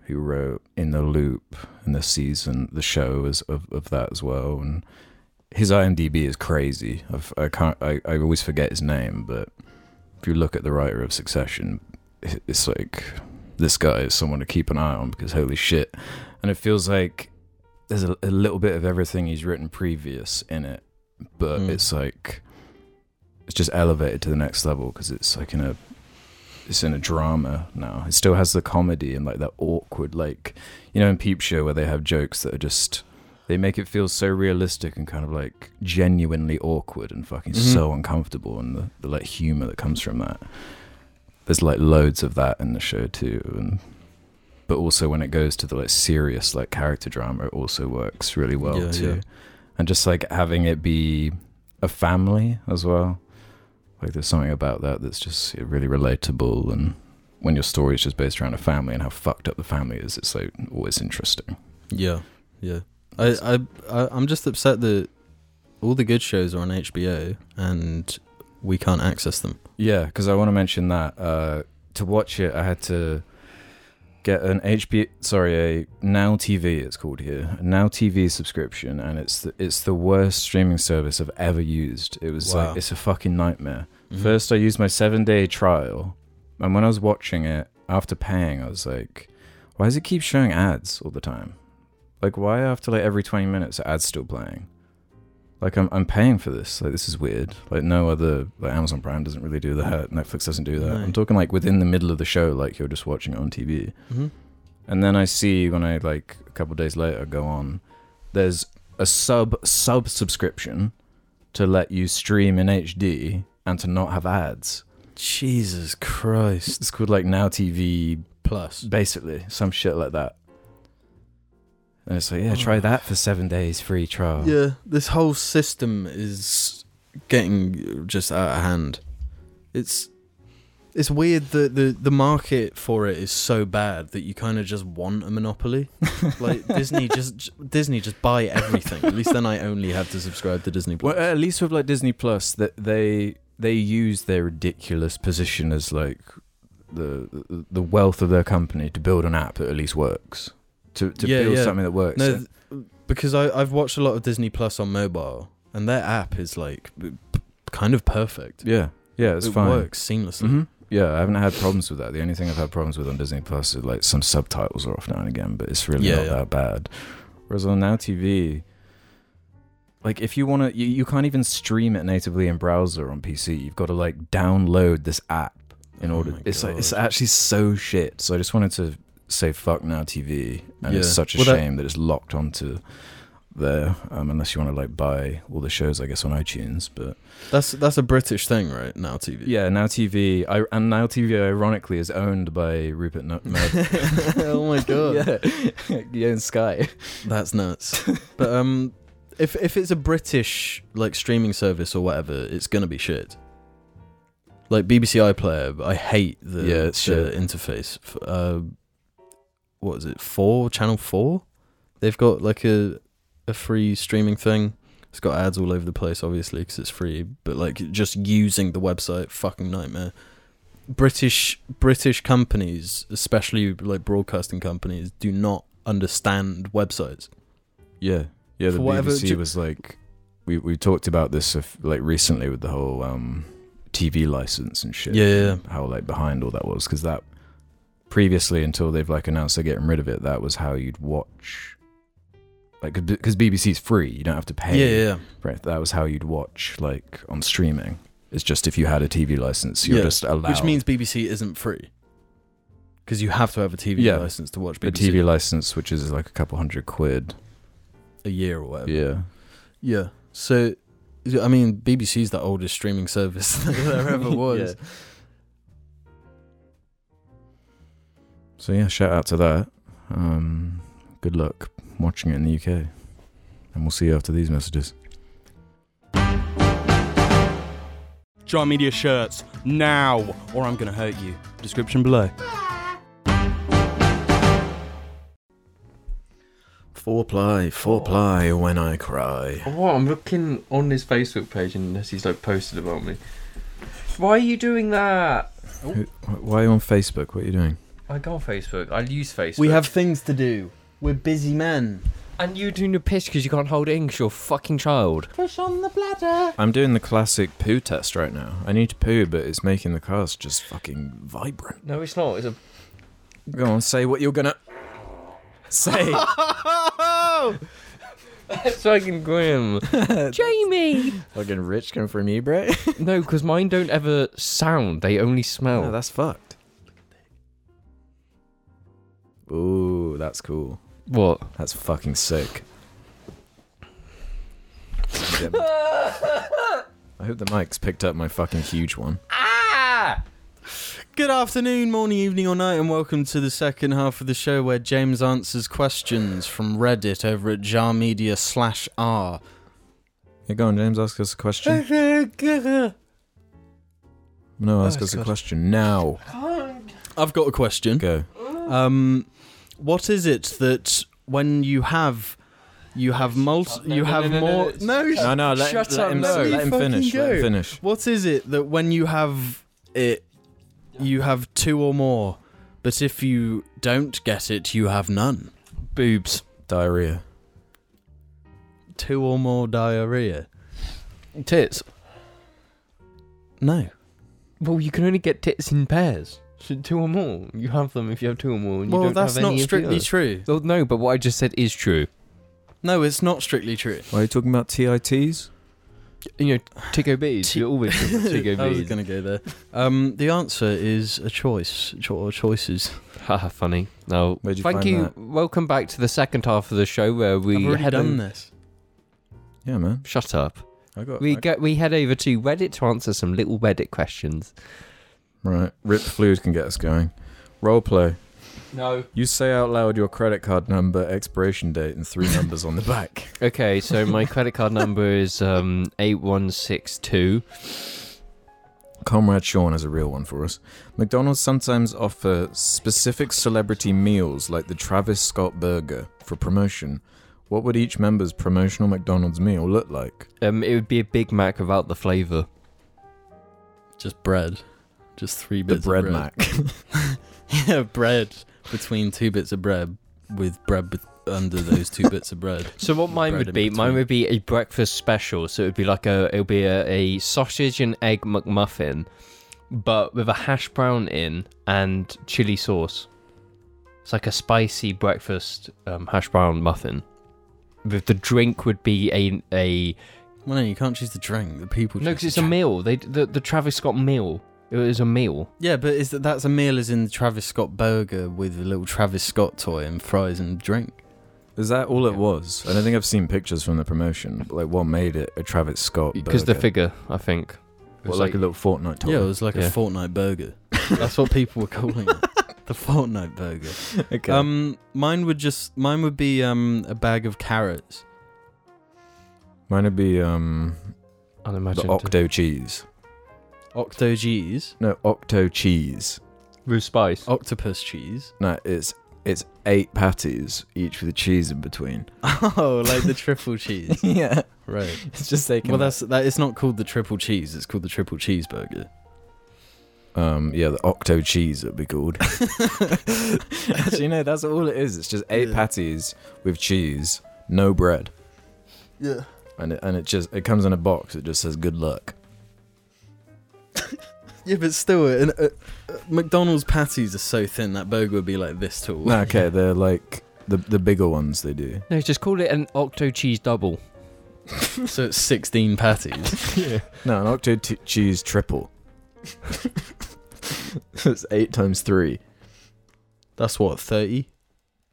Speaker 2: who wrote In the Loop and the season, the show is of, of that as well. And his IMDb is crazy. I've, I can't. I, I always forget his name, but if you look at the writer of Succession, it- it's like this guy is someone to keep an eye on because holy shit! And it feels like there's a, a little bit of everything he's written previous in it, but
Speaker 3: Mm.
Speaker 2: it's like it's just elevated to the next level because it's like in a it's in a drama now. It still has the comedy and like that awkward like you know in Peep Show where they have jokes that are just they make it feel so realistic and kind of like genuinely awkward and fucking
Speaker 3: Mhm.
Speaker 2: so uncomfortable and the, the like humor that comes from that. There's like loads of that in the show too and but also when it goes to the like serious like character drama it also works really well
Speaker 3: Yeah,
Speaker 2: too.
Speaker 3: yeah.
Speaker 2: And just like having it be a family as well. Like there's something about that that's just really relatable and when your story is just based around a family and how fucked up the family is, it's like always interesting.
Speaker 3: Yeah, yeah. I, I, I, I'm just upset that all the good shows are on HBO and we can't access them.
Speaker 2: Yeah, because I want to mention that uh, to watch it, I had to get an HP, sorry, a Now TV. It's called here, a Now TV subscription, and it's the, it's the worst streaming service I've ever used. It was
Speaker 3: Wow.
Speaker 2: like it's a fucking nightmare.
Speaker 3: Mhm.
Speaker 2: First, I used my seven day trial, and when I was watching it after paying, I was like, "Why does it keep showing ads all the time? Like, why after like every twenty minutes are ads still playing? Like, I'm I'm paying for this. Like, this is weird. Like, no other like Amazon Prime doesn't really do that. Netflix doesn't do that.
Speaker 3: No.
Speaker 2: I'm talking like within the middle of the show, like you're just watching it on TV.
Speaker 3: Mhm.
Speaker 2: And then I see when I like a couple days later go on, there's a sub sub subscription to let you stream in HD and to not have ads.
Speaker 3: Jesus Christ.
Speaker 2: It's called like Now TV,
Speaker 3: Plus.
Speaker 2: basically some shit like that. And it's like, yeah, try
Speaker 3: Oh.
Speaker 2: that for seven days free trial.
Speaker 3: Yeah, this whole system is getting just out of hand. It's It's weird that the, the market for it is so bad that you kind of just want a monopoly. like Disney just j- Disney just buy everything. At least then I only have to subscribe to Disney Plus.
Speaker 2: Well, at least with like Disney Plus, that they they use their ridiculous position as like the the- the wealth of their company to build an app that at least works. To to
Speaker 3: Yeah,
Speaker 2: build
Speaker 3: yeah.
Speaker 2: something that works.
Speaker 3: No, th- because I I've watched a lot of Disney Plus on mobile, and their app is like p- kind of perfect.
Speaker 2: yeah, yeah, it's
Speaker 3: it
Speaker 2: fine.
Speaker 3: works seamlessly.
Speaker 2: hmm Yeah, I haven't had problems with that. The only thing I've had problems with on Disney Plus is like some subtitles are off now and again, but it's really
Speaker 3: Yeah,
Speaker 2: not
Speaker 3: yeah.
Speaker 2: that bad. Whereas on Now TV, like if you want to, you, you can't even stream it natively in browser on PC. You've got to like download this app in
Speaker 3: Oh
Speaker 2: order.
Speaker 3: my
Speaker 2: It's like it's
Speaker 3: God.
Speaker 2: actually so shit. So I just wanted to say fuck Now TV, and it's
Speaker 3: Yeah.
Speaker 2: such a
Speaker 3: Well, that-
Speaker 2: shame that it's locked onto there. Um, unless you want to like buy all the shows, I guess on iTunes, but.
Speaker 3: that's that's a British thing, right? Now TV.
Speaker 2: Yeah, Now TV, I, and Now TV, ironically, is owned by Rupert Mur- Murdoch.
Speaker 3: oh my god.
Speaker 2: yeah, yeah, and Sky.
Speaker 3: That's nuts. but um, if if it's a British like streaming service or whatever, it's gonna be shit. Like BBC iPlayer, I hate the,
Speaker 2: Yeah, it's
Speaker 3: the
Speaker 2: shit.
Speaker 3: interface. F- Uh, what is it? Four Channel Four. They've got like a a free streaming thing. It's got ads all over the place, obviously, because it's free. But like just using the website, fucking nightmare. British British companies, especially like broadcasting companies, do not understand websites.
Speaker 2: Yeah, yeah. The
Speaker 3: For whatever-
Speaker 2: BBC
Speaker 3: ju-
Speaker 2: was like, we we talked about this uh, like recently with the whole um, TV license and shit.
Speaker 3: Yeah, yeah, yeah.
Speaker 2: how like behind all that was because that previously until they've like announced they're getting rid of it, that was how you'd watch. Like, because BBC's free, you don't have to pay.
Speaker 3: Yeah, yeah, yeah.
Speaker 2: Right, that was how you'd watch like on streaming. It's just if you had a TV license, you're
Speaker 3: Yeah,
Speaker 2: just allowed.
Speaker 3: Which means BBC isn't free. Because you have to have a TV
Speaker 2: Yeah.
Speaker 3: license to watch
Speaker 2: a
Speaker 3: BBC
Speaker 2: TV license, which is like a couple hundred quid.
Speaker 3: a year or whatever.
Speaker 2: Yeah,
Speaker 3: Yeah. So, I mean, BBC's the oldest streaming service that there ever was.
Speaker 2: So yeah, shout out to that. Um, good luck watching it in the UK, and we'll see you after these messages.
Speaker 4: Jar Media shirts now, or I'm gonna hurt you. Description below.
Speaker 3: Four ply, four ply when I cry.
Speaker 5: Oh, I'm looking on his Facebook page unless he's like posted about me. Why are you doing that?
Speaker 2: Who- Why are you on Facebook? What are you doing?
Speaker 5: I go on Facebook. I use Facebook.
Speaker 3: We have things to do. We're busy men.
Speaker 1: And you're doing the piss because you can't hold English, you're a fucking child.
Speaker 2: I'm doing the classic poo test right now. I need to poo, but it's making the cast just fucking vibrant.
Speaker 5: No, it's not. It's a.
Speaker 2: Go on, say what you're gonna say.
Speaker 5: It's fucking grim.
Speaker 1: Jamie!
Speaker 2: fucking rich coming from you, bro.
Speaker 1: no, because mine don't ever sound, they only smell.
Speaker 2: No, that's fucked. Ooh, that's cool.
Speaker 1: what?
Speaker 2: That's fucking sick. I hope the mic's picked up my fucking huge one.
Speaker 3: Good afternoon, morning, evening, or night, and welcome to the second half of the show where James answers questions from Reddit over at Jar Media slash R.
Speaker 2: Yeah, go on, James. Ask us a question. No, ask us a
Speaker 3: God.
Speaker 2: question now.
Speaker 3: I've got a question.
Speaker 2: Go.
Speaker 3: Um, what is it that when you have you have multi you have more no, sh-
Speaker 2: No, no. Let,
Speaker 3: Shut
Speaker 2: let
Speaker 3: up,
Speaker 2: him,
Speaker 3: let me
Speaker 2: let him
Speaker 3: fucking
Speaker 2: finish. Let
Speaker 3: go.
Speaker 2: him finish.
Speaker 3: what is it that when you have it you have two or more but if you don't get it you have none
Speaker 1: Boobs.
Speaker 2: Diarrhea.
Speaker 3: two or more diarrhea
Speaker 1: Tits.
Speaker 3: no
Speaker 5: Well, you can only get tits in pairs. So two or more. You have them if you have two or more. And you
Speaker 3: well
Speaker 5: don't
Speaker 3: that's
Speaker 5: have
Speaker 3: not
Speaker 5: any if you
Speaker 3: strictly
Speaker 5: don't.
Speaker 3: true
Speaker 1: Oh, no, but what I just said is true.
Speaker 3: no it's not strictly true
Speaker 2: Why are you talking about TITs?
Speaker 1: You know, Tico B's. You're always Tico
Speaker 3: I was
Speaker 1: B's.
Speaker 3: gonna go there. Um, the answer is a choice, cho- or choices.
Speaker 1: Haha, funny. No.
Speaker 2: Where'd you
Speaker 1: Thank
Speaker 2: find
Speaker 1: you.
Speaker 2: that?
Speaker 1: Welcome back to the second half of the show where
Speaker 3: I've
Speaker 1: we
Speaker 3: already
Speaker 1: head
Speaker 3: done
Speaker 1: on-
Speaker 3: this.
Speaker 2: Yeah, man.
Speaker 1: Shut up.
Speaker 2: I got.
Speaker 1: We
Speaker 2: I-
Speaker 1: get we head over to Reddit to answer some little Reddit questions.
Speaker 2: Right. Rip fluid can get us going. Role play.
Speaker 5: No.
Speaker 2: You say out loud your credit card number, expiration date, and three numbers on the back.
Speaker 1: Okay, so my credit card number is um eight one six two.
Speaker 2: Comrade Sean has a real one for us. McDonald's sometimes offer specific celebrity meals like the Travis Scott burger for promotion. What would each member's promotional McDonald's meal look like?
Speaker 1: Um, it would be a Big Mac without the flavour.
Speaker 3: Just bread. Just three
Speaker 2: The
Speaker 3: bits
Speaker 2: bread,
Speaker 3: of bread.
Speaker 2: mac.
Speaker 3: yeah, bread between two bits of bread with bread bet under those two bits of bread.
Speaker 1: So what mine
Speaker 3: Bread
Speaker 1: would
Speaker 3: in
Speaker 1: be, mine
Speaker 3: between.
Speaker 1: would be a breakfast special. So it would be like a, it would be a, a sausage and egg McMuffin, but with a hash brown in and chili sauce. It's like a spicy breakfast um, hash brown muffin. With the drink would be a a
Speaker 3: Well, no, you can't choose the drink. The people.
Speaker 1: no,
Speaker 3: choose
Speaker 1: because it's
Speaker 3: the
Speaker 1: a
Speaker 3: drink.
Speaker 1: meal. They the, the Travis Scott meal. It was a meal.
Speaker 3: Yeah, but is that that's a meal as in the Travis Scott burger with a little Travis Scott toy and fries and drink.
Speaker 2: Is that all it was? I don't think I've seen pictures from the promotion. Like, what made it a Travis Scott burger?
Speaker 1: Because the figure, I think. It
Speaker 2: What,
Speaker 1: was
Speaker 2: like, a little Fortnite toy.
Speaker 3: Yeah, it was like
Speaker 1: Yeah.
Speaker 3: a Fortnite burger. That's what people were calling it. The Fortnite burger.
Speaker 2: okay.
Speaker 3: Um, mine would just mine would be um a bag of carrots.
Speaker 2: Mine would be um, the
Speaker 1: unimagined.
Speaker 2: Octo cheese.
Speaker 3: Octo cheese,
Speaker 2: No, Octo cheese.
Speaker 1: with spice.
Speaker 2: Oh.
Speaker 3: octopus cheese.
Speaker 2: No, it's it's eight patties, each with cheese in between.
Speaker 3: Oh, like the triple cheese.
Speaker 2: yeah,
Speaker 3: Right.
Speaker 2: it's just taking.
Speaker 3: Well, that's that. It's not called the triple cheese. It's called the triple cheeseburger.
Speaker 2: um, yeah, the octo cheese it'd be called. Actually, no, that's all it is. It's just eight
Speaker 3: Yeah.
Speaker 2: patties with cheese, no bread,
Speaker 3: Yeah.
Speaker 2: and it, and it just it comes in a box. It just says good luck.
Speaker 3: Yeah, but still, an, uh, uh, McDonald's patties are so thin that burger would be like this tall.
Speaker 2: No, okay, they're like the the bigger ones. They do.
Speaker 1: No, just call it an octo cheese double.
Speaker 3: so it's sixteen patties.
Speaker 2: No, an octo t- cheese triple. it's eight times three.
Speaker 3: That's what thirty.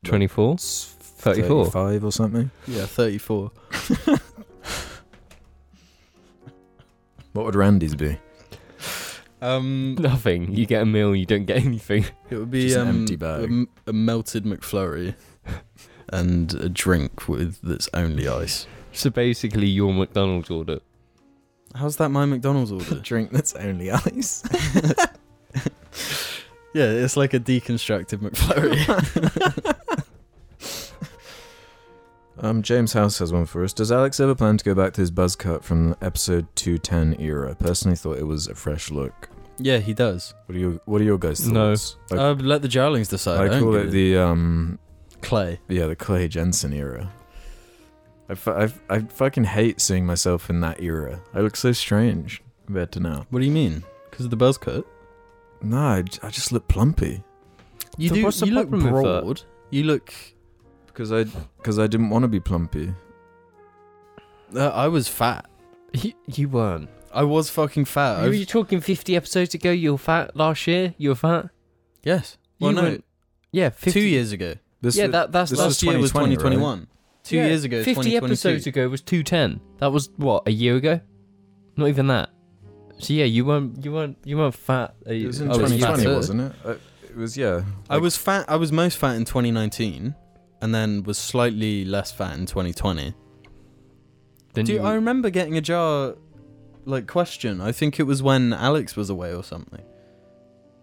Speaker 1: Twenty four.
Speaker 2: It's
Speaker 1: 34.
Speaker 2: Thirty-five or something.
Speaker 3: Yeah, thirty-four.
Speaker 2: What would Randy's be?
Speaker 3: Um,
Speaker 1: Nothing. You get a meal. You don't get anything.
Speaker 3: it would be
Speaker 2: Just an
Speaker 3: um,
Speaker 2: empty bag.
Speaker 3: A, m- a melted McFlurry and a drink with that's only ice.
Speaker 1: So basically, your McDonald's order.
Speaker 3: How's that my McDonald's order?
Speaker 2: drink that's only ice.
Speaker 3: yeah, it's like a deconstructed McFlurry.
Speaker 2: Um, James House has one for us. Does Alex ever plan to go back to his buzz cut from episode 210 era? Personally, thought it was a fresh look.
Speaker 3: yeah, he does.
Speaker 2: What are your What are your guys'
Speaker 1: No.
Speaker 2: thoughts? I,
Speaker 3: Uh, let the Jarlings
Speaker 2: I
Speaker 3: decide. I, don't
Speaker 2: call
Speaker 3: give
Speaker 2: it
Speaker 3: a-
Speaker 2: the um,
Speaker 3: clay.
Speaker 2: yeah, the Clay Jensen era. I, fu- I, f- I fucking hate seeing myself in that era. I look so strange compared to now.
Speaker 3: What do you mean? Because of the buzz cut?
Speaker 2: No, I, j- I just look plumpy
Speaker 3: You
Speaker 1: So
Speaker 3: do.
Speaker 1: what's the
Speaker 3: you look
Speaker 1: problem with that?
Speaker 3: broad. You look.
Speaker 2: because I because I didn't want to be plumpy.
Speaker 3: Uh, I was fat.
Speaker 1: You, you weren't.
Speaker 3: I was fucking fat. I
Speaker 1: you
Speaker 3: was-
Speaker 1: were talking 50 episodes ago. You were fat last year. You were fat.
Speaker 3: yes. Well,
Speaker 1: you
Speaker 3: no.
Speaker 1: weren't- Yeah, 50,
Speaker 3: Two years ago.
Speaker 2: This
Speaker 1: Yeah,
Speaker 2: was-
Speaker 1: that, that's
Speaker 2: this
Speaker 1: last
Speaker 2: was
Speaker 3: Last year was
Speaker 2: 2020, right?
Speaker 3: 2021. Two
Speaker 1: Yeah,
Speaker 3: years ago,
Speaker 1: 50
Speaker 3: 2022.
Speaker 1: episodes ago was 210. That was what a year ago. Not even that. So yeah, you weren't. You weren't. You weren't fat. Uh,
Speaker 2: It was in
Speaker 1: I was
Speaker 2: 2020,
Speaker 1: fatter.
Speaker 2: wasn't it? Uh, It was yeah.
Speaker 3: I was fat. I was most fat in 2019, and then was slightly less fat in 2020.
Speaker 1: Then
Speaker 3: Do
Speaker 1: you-
Speaker 3: I remember getting a jar, like question? I think it was when Alex was away or something.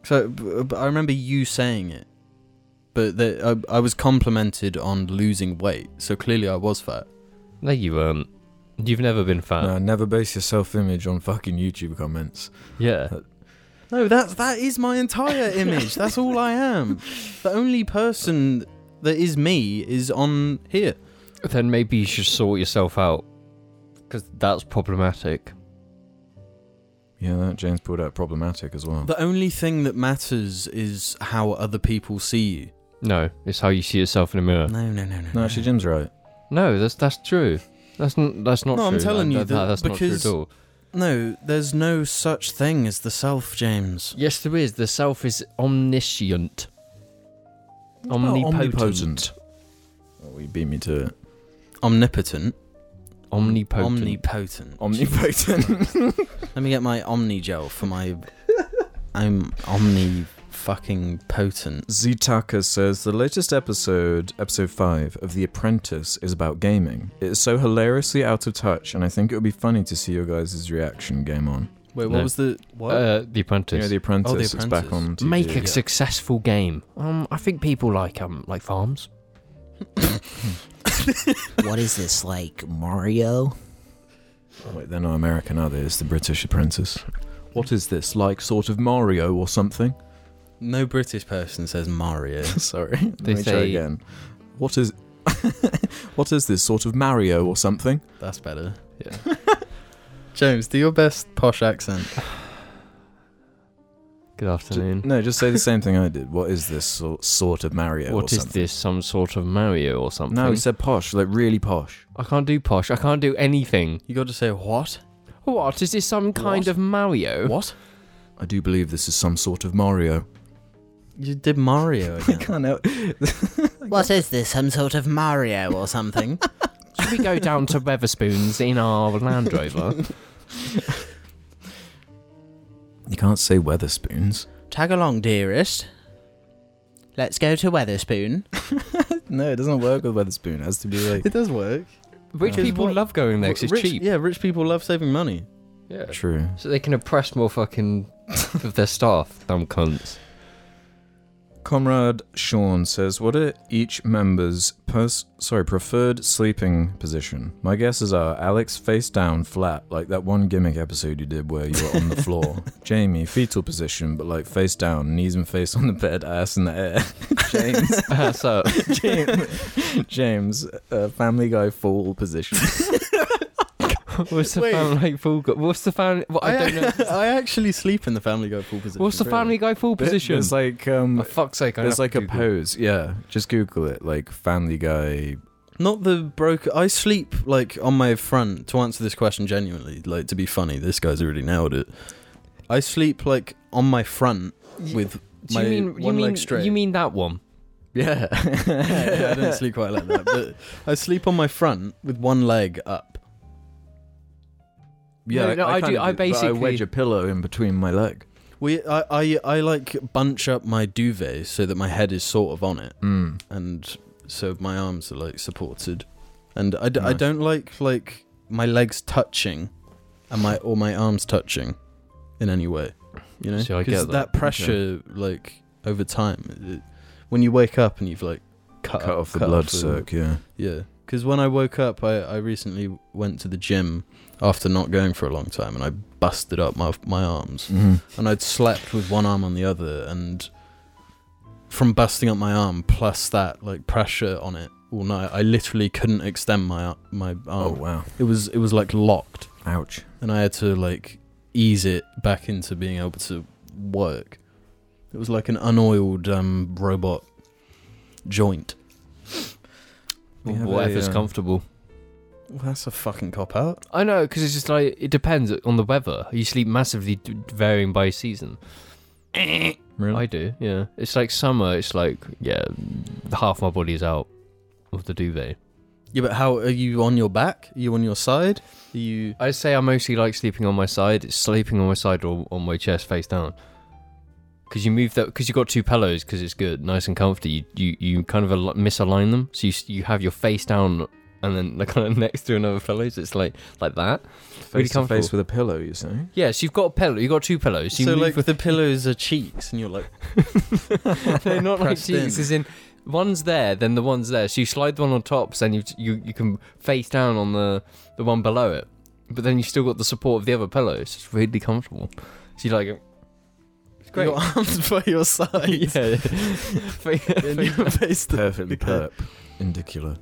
Speaker 3: So, b- but I remember you saying it, but that I, I was complimented on losing weight, so clearly I was fat.
Speaker 1: No, you weren't. You've never been fat.
Speaker 2: No, never base your self image on fucking YouTube comments.
Speaker 1: Yeah.
Speaker 3: No, that's that is my entire image. That's all I am. The only person that is me is on here.
Speaker 1: Then maybe you should sort yourself out. Because that's problematic.
Speaker 2: Yeah, that James pulled out problematic as well.
Speaker 3: The only thing that matters is how other people see you.
Speaker 1: No, it's how you see yourself in the mirror.
Speaker 3: No, no, no, no.
Speaker 2: no, actually, Jim's right.
Speaker 1: No, that's that's true. That's n- that's not
Speaker 3: No, I'm
Speaker 1: true.
Speaker 3: telling you that
Speaker 1: that's not
Speaker 3: because-
Speaker 1: true at all.
Speaker 3: No, there's no such thing as the self, James.
Speaker 1: Yes, there is. The self is omniscient. Omnipotent.
Speaker 2: Oh, you beat me to it.
Speaker 3: Omnipotent.
Speaker 1: Omnipotent.
Speaker 3: Omnipotent.
Speaker 2: Omnipotent.
Speaker 3: Let me get my Omni gel for my. I'm Omni fucking potent.
Speaker 2: Zutaka says the latest episode, episode 5, of The Apprentice is about gaming. It is so hilariously out of touch, and I think it would be funny to see your guys' reaction game on.
Speaker 3: Wait, what
Speaker 1: No.
Speaker 3: was the what?
Speaker 1: Uh, the
Speaker 2: You know,
Speaker 1: Apprentice.
Speaker 2: The Apprentice,
Speaker 3: Oh, The
Speaker 2: is back
Speaker 3: Apprentice.
Speaker 2: on TV.
Speaker 1: Make a
Speaker 3: Yeah.
Speaker 1: successful game. Um, I think people like um like farms.
Speaker 6: what is this like Mario?
Speaker 2: Oh, wait, they're not American, are they? It's the British Apprentice. What is this, like sort of Mario or something?
Speaker 3: no British person says Mario.
Speaker 2: Sorry, let
Speaker 1: They
Speaker 2: me try
Speaker 1: say-
Speaker 2: again. What is... what is this, sort of Mario or something?
Speaker 3: That's better.
Speaker 1: Yeah.
Speaker 3: James, do your best posh accent.
Speaker 1: Good afternoon.
Speaker 2: No, just say the same thing I did. What is this, so- sort of Mario or
Speaker 1: What is
Speaker 2: something?
Speaker 1: this? Some sort of Mario or something?
Speaker 2: No, he said posh, like really posh.
Speaker 1: I can't do posh. I can't do anything.
Speaker 3: You got to say what?
Speaker 1: What is this? Some kind
Speaker 3: What?
Speaker 1: of Mario?
Speaker 3: What?
Speaker 2: I do believe this is some sort of Mario.
Speaker 3: You did Mario again.
Speaker 2: Can't help.
Speaker 6: What is this? Some sort of Mario or something?
Speaker 1: Should we go down to Weatherspoons in our Land Rover?
Speaker 2: You can't say Weatherspoons.
Speaker 6: Tag along, dearest. Let's go to Weatherspoon.
Speaker 2: No, it doesn't work with Weatherspoon. It has to be like
Speaker 3: it does work.
Speaker 1: Rich
Speaker 3: Yeah.
Speaker 1: people
Speaker 3: What-
Speaker 1: love going there 'cause
Speaker 3: rich,
Speaker 1: it's cheap.
Speaker 3: Yeah, rich people love saving money.
Speaker 1: Yeah.
Speaker 2: true.
Speaker 1: So they can oppress more fucking of their staff. Dumb cunts.
Speaker 2: Comrade Sean says, "What are each member's pers- sorry preferred sleeping position? My guesses are Alex face down, flat, like that one gimmick episode you did where you were on the floor. Jamie fetal position, but like face down, knees and face on the bed, ass in the air. James,
Speaker 1: Ass up.
Speaker 2: James, James, uh, Family Guy fall position.
Speaker 1: What's the
Speaker 3: Wait.
Speaker 1: family full? Go- what's the family? Well, I don't know.
Speaker 3: I actually sleep in the Family Guy pool position.
Speaker 1: What's the family guy full position?
Speaker 2: It's like um,
Speaker 1: For fuck's sake, I
Speaker 2: There's
Speaker 1: have
Speaker 2: like
Speaker 1: to
Speaker 2: a
Speaker 1: Google.
Speaker 2: pose, yeah. Just Google it, like Family Guy.
Speaker 3: Not the broke. I sleep like on my front. To answer this question genuinely, like to be funny, this guy's already nailed it. I sleep like on my front with
Speaker 1: Do
Speaker 3: my
Speaker 1: you mean you
Speaker 3: one
Speaker 1: mean
Speaker 3: leg straight.
Speaker 1: you mean that one?
Speaker 3: yeah. yeah, I don't sleep quite like that, but I sleep on my front with one leg up.
Speaker 1: No, no, I do-
Speaker 2: kinda
Speaker 1: I
Speaker 2: but
Speaker 1: basically-
Speaker 2: wedge a pillow in between my leg.
Speaker 3: We, I, I, I like bunch up my duvet so that my head is sort of on it.
Speaker 2: Mm.
Speaker 3: and so my arms are like supported and I, d- I
Speaker 2: Nice.
Speaker 3: don't like like my legs touching and my or my arms touching in any way you know
Speaker 1: See, I get that.
Speaker 3: that pressure like over time it, when you wake up and you've like cut,
Speaker 2: Cut
Speaker 3: up-
Speaker 2: off the blood
Speaker 3: the-
Speaker 2: circ, yeah.
Speaker 3: yeah because when i woke up I, I recently went to the gym after not going for a long time and i busted up my, my arms
Speaker 2: Mm.
Speaker 3: and I'd slept with one arm on the other, and from busting up my arm plus that like pressure on it all night, I literally couldn't extend my ar- my arm.
Speaker 2: Oh wow!
Speaker 3: It was it was like locked,
Speaker 2: Ouch!
Speaker 3: and I had to like ease it back into being able to work. It was like an unoiled um, robot joint.
Speaker 2: We have
Speaker 1: Whatever's
Speaker 2: a, uh,
Speaker 1: comfortable.
Speaker 3: Well, that's a fucking cop out.
Speaker 1: I know because it's just like it depends on the weather. You sleep massively d- varying by season.
Speaker 2: Really?
Speaker 1: I do. Yeah, it's like summer. It's like yeah, half my body's out of the duvet.
Speaker 3: Yeah, but how are you on your back? Are you on your side? Are you?
Speaker 1: I say I mostly like sleeping on my side. It's sleeping on my side or on my chest, face down. Because you move that, because you got two pillows, because it's good, nice and comfy. You you, you kind of al- misalign them, so you s- you have your face down and then like kind of next to another pillow. So it's like like that.
Speaker 2: face
Speaker 1: really
Speaker 2: to
Speaker 1: comfortable.
Speaker 2: face with a pillow, you say?
Speaker 1: Yeah, so you've got a pillow. You've got two pillows. You
Speaker 3: so
Speaker 1: move
Speaker 3: like
Speaker 1: with
Speaker 3: the pillows are cheeks, and you're like,
Speaker 1: They're not like
Speaker 3: Pressed
Speaker 1: cheeks.
Speaker 3: in.
Speaker 1: As in, one's there, then the one's there. So you slide the one on top, so then you you you can face down on the the one below it. But then you've still got the support of the other pillow. It's just really comfortable. So you like. It's great.
Speaker 3: Your arms by your side.
Speaker 1: yeah.
Speaker 3: And your face to-
Speaker 2: Perfectly
Speaker 3: Okay.
Speaker 2: perp, indicular.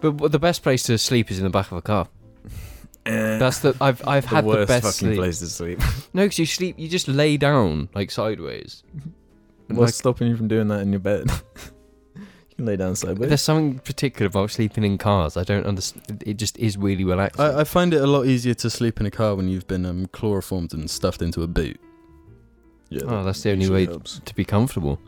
Speaker 1: but what- the best place to sleep is in the back of a car.
Speaker 2: That's
Speaker 1: That's the I've I've had the
Speaker 2: Eh, worst
Speaker 1: best
Speaker 2: fucking
Speaker 1: sleep.
Speaker 2: place to sleep.
Speaker 1: No, because you sleep, you just lay down like sideways. And,
Speaker 2: What's stopping you from doing that in your bed? you can lay down
Speaker 1: like,
Speaker 2: sideways.
Speaker 1: there's something particular about sleeping in cars. I don't understand. It just is really relaxing.
Speaker 3: I, I find it a lot easier to sleep in a car when you've been um, chloroformed and stuffed into a boot.
Speaker 2: Yeah,
Speaker 1: Oh,
Speaker 2: that
Speaker 1: that's the only
Speaker 2: usually
Speaker 1: way
Speaker 2: helps.
Speaker 1: to be comfortable.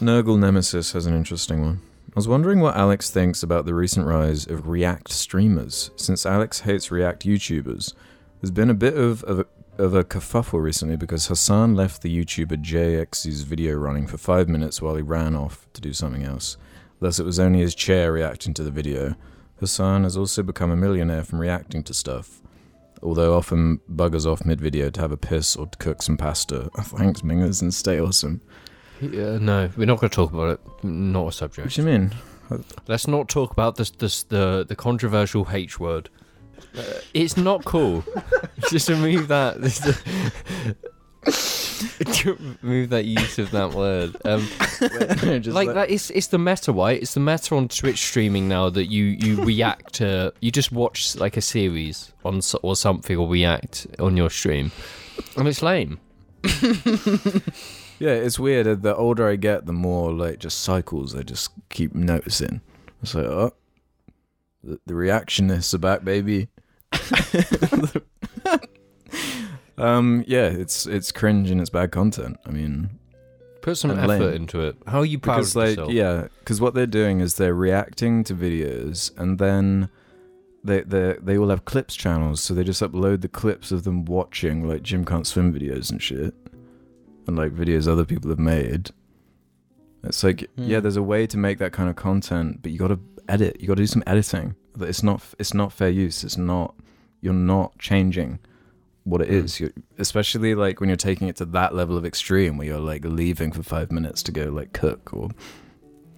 Speaker 2: Nurgle Nemesis has an interesting one. I was wondering what Alex thinks about the recent rise of React streamers. Since Alex hates React YouTubers, there's been a bit of, of, a, of a kerfuffle recently because Hassan left the YouTuber JX's video running for five minutes while he ran off to do something else. Thus, it was only his chair reacting to the video. Hassan has also become a millionaire from reacting to stuff. although often buggers off mid video to have a piss or to cook some pasta. Thanks, Mingers, and stay awesome.
Speaker 1: Yeah, no, we're not going to talk about it. Not a
Speaker 2: What
Speaker 1: subject.
Speaker 2: do you mean?
Speaker 1: Let's not talk about this, this, the, the controversial H word. Uh, it's not cool. Just remove that. remove that use of that word. Um, like that, it's it's the meta, right? It's the meta on Twitch streaming now that you you react to. You just watch like a series on so- or something or react on your stream, and it's lame.
Speaker 2: Yeah, it's weird. uh, The older I get, the more like just cycles I just keep noticing. It's like, oh, the, the reactionists are back, baby. um, yeah, it's it's cringe and it's bad content. I mean,
Speaker 1: Put some
Speaker 2: And
Speaker 1: effort
Speaker 2: lame.
Speaker 1: into it. How are you proud
Speaker 2: because
Speaker 1: of
Speaker 2: like
Speaker 1: yourself?
Speaker 2: yeah because what they're doing is they're reacting to videos and then they they they all have clips channels so they just upload the clips of them watching like jim can't swim videos and shit and like videos other people have made it's like yeah
Speaker 3: Hmm.
Speaker 2: there's a way to make that kind of content but you gotta edit you gotta do some editing That it's not it's not fair use it's not you're not changing what it
Speaker 1: Hmm.
Speaker 2: is. You're, especially like when you're taking it to that level of extreme where you're like leaving for five minutes to go like cook or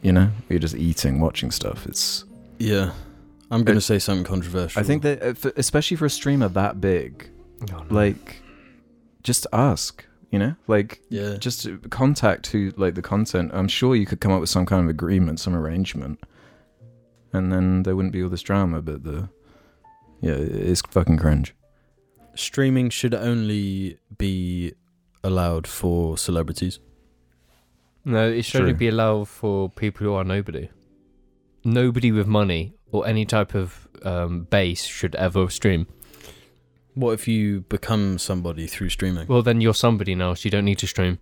Speaker 2: you know you're just eating watching stuff it's
Speaker 3: Yeah. I'm going to say something controversial.
Speaker 2: i think that uh, for, especially for a streamer that big
Speaker 1: Oh, no.
Speaker 2: like just ask you know like
Speaker 3: Yeah.
Speaker 2: just uh, contact who like the content i'm sure you could come up with some kind of agreement some arrangement and then there wouldn't be all this drama but the yeah it's fucking cringe
Speaker 3: Streaming should only be allowed for celebrities.
Speaker 1: No, it should
Speaker 2: True.
Speaker 1: only be allowed for people who are nobody. Nobody with money or any type of um, base should ever stream.
Speaker 3: What if you become somebody through streaming?
Speaker 1: Well, then you're somebody now, so you don't need to stream.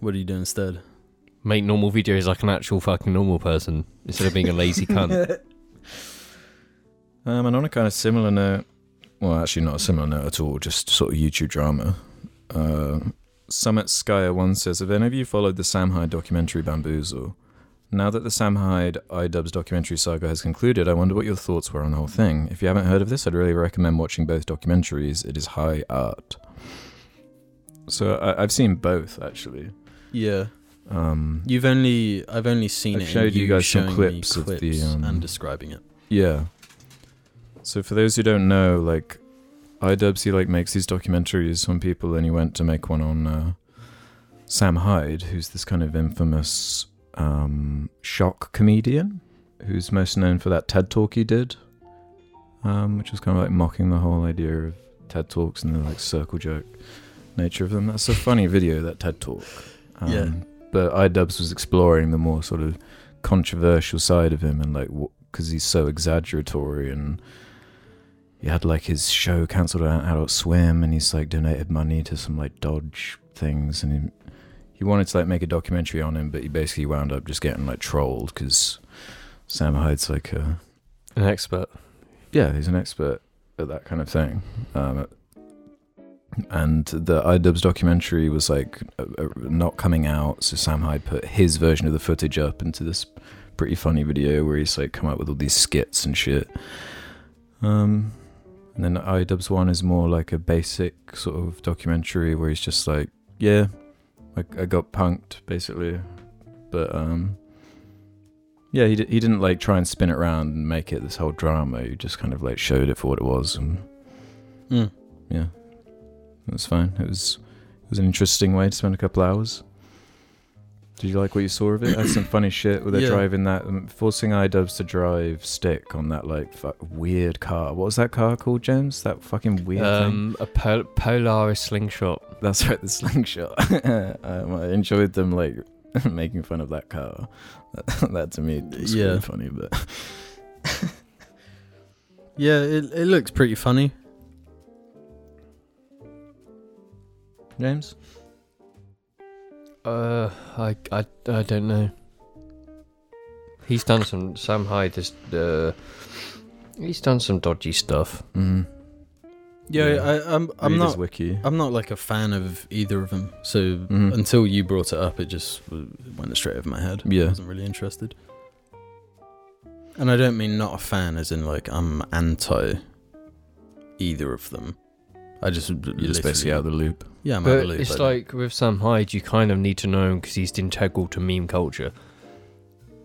Speaker 3: What do you do instead?
Speaker 1: Make normal videos like an actual fucking normal person instead of being a lazy cunt.
Speaker 2: Um, and on a kind of similar note, well, actually not a similar note at all, just sort of YouTube drama. Uh, Summit Skyer one says, "Have any of you followed the Sam Hyde documentary Bamboozle? Now that the Sam Hyde iDubbbz documentary saga has concluded, I wonder what your thoughts were on the whole thing. If you haven't heard of this, I'd really recommend watching both documentaries. It is high art." So I, I've seen both actually.
Speaker 3: Yeah.
Speaker 2: Um,
Speaker 3: You've only I've only seen
Speaker 2: I've
Speaker 3: it. in
Speaker 2: showed you guys some
Speaker 3: showing me
Speaker 2: clips of the,
Speaker 3: clips
Speaker 2: um,
Speaker 3: and describing it.
Speaker 2: Yeah. So for those who don't know, like IDubs, he like makes these documentaries on people, and he went to make one on uh, Sam Hyde, who's this kind of infamous um, shock comedian, who's most known for that TED talk he did, um, which was kind of like mocking the whole idea of TED talks and the like circle joke nature of them. That's a funny video that TED talk. Um,
Speaker 3: Yeah.
Speaker 2: But IDubs was exploring the more sort of controversial side of him and like because he's so exaggeratory and he had like his show cancelled on Adult Swim and he's like donated money to some like Dodge things and he, he wanted to like make a documentary on him but he basically wound up just getting like trolled because Sam Hyde's like a
Speaker 1: An expert.
Speaker 2: yeah he's an expert at that kind of thing um, and the iDubbbz documentary was like uh, uh, not coming out so Sam Hyde put his version of the footage up into this pretty funny video where he's like come up with all these skits and shit um, and then iDubbbz one is more like a basic sort of documentary where he's just like, yeah, I, I got punked basically, but um, yeah, he d- he didn't like try and spin it around and make it this whole drama. He just kind of like showed it for what it was, and
Speaker 3: Mm.
Speaker 2: yeah, it was fine. It was it was an interesting way to spend a couple hours. Did you like what you saw of it? That's some funny shit where they're
Speaker 3: Yeah.
Speaker 2: driving that, um, forcing iDubbbz to drive stick on that like fu- weird car. What was that car called, James? That fucking weird thing.
Speaker 1: Um, a pol- Polaris slingshot.
Speaker 2: That's right, the slingshot. um, I enjoyed them like making fun of that car. that to me was
Speaker 3: Yeah.
Speaker 2: really funny, but
Speaker 3: Yeah, it it looks pretty funny.
Speaker 2: James,
Speaker 1: Uh, I, I, I don't know. He's done some Sam Hyde. Is, uh, he's done some dodgy stuff.
Speaker 2: mm.
Speaker 3: Yeah,
Speaker 2: Yeah.
Speaker 3: I, I'm I'm
Speaker 2: Read
Speaker 3: not
Speaker 2: his wiki.
Speaker 3: I'm not like a fan of either of them. So
Speaker 2: Mhm.
Speaker 3: until you brought it up, it just w- went straight over my head. I
Speaker 2: Yeah.
Speaker 3: wasn't really interested. And I don't mean not a fan, as in like I'm anti. either of them. I just
Speaker 2: You're just basically out of the loop.
Speaker 3: yeah, I'm out of
Speaker 1: But
Speaker 3: the loop. I
Speaker 1: it's
Speaker 3: don't-
Speaker 1: like with Sam Hyde, you kind of need to know him because he's integral to meme culture.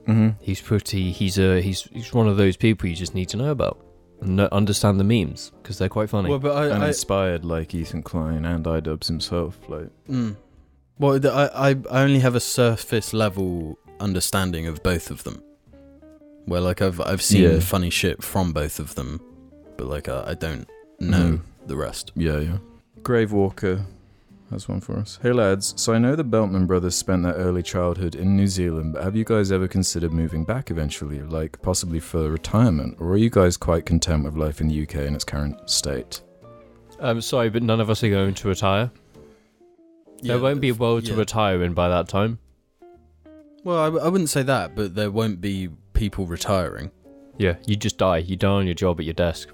Speaker 2: Mm-hmm.
Speaker 1: He's pretty. He's a. He's he's one of those people you just need to know about and kn- understand the memes because they're quite funny.
Speaker 3: well, but
Speaker 2: And
Speaker 3: I, I,
Speaker 2: inspired like Ethan Klein and iDubbbz himself. Like
Speaker 3: mm. well, the- I, I, I only have a surface level understanding of both of them. Where like I've I've seen
Speaker 2: Yeah.
Speaker 3: funny shit from both of them, but like I, I don't know
Speaker 2: Mhm.
Speaker 3: the rest.
Speaker 2: Yeah, yeah. Grave Walker has one for us. Hey lads, so I know the Beltman brothers spent their early childhood in New Zealand, but have you guys ever considered moving back eventually, like possibly for retirement, or are you guys quite content with life in the UK in its current state?
Speaker 1: I'm Um, sorry, but none of us are going to retire. there won't be a world to
Speaker 3: yeah.
Speaker 1: retire in by that time.
Speaker 3: Well, I, w- I wouldn't say that, but there won't be people retiring.
Speaker 1: Yeah, you just die. You die on your job at your desk.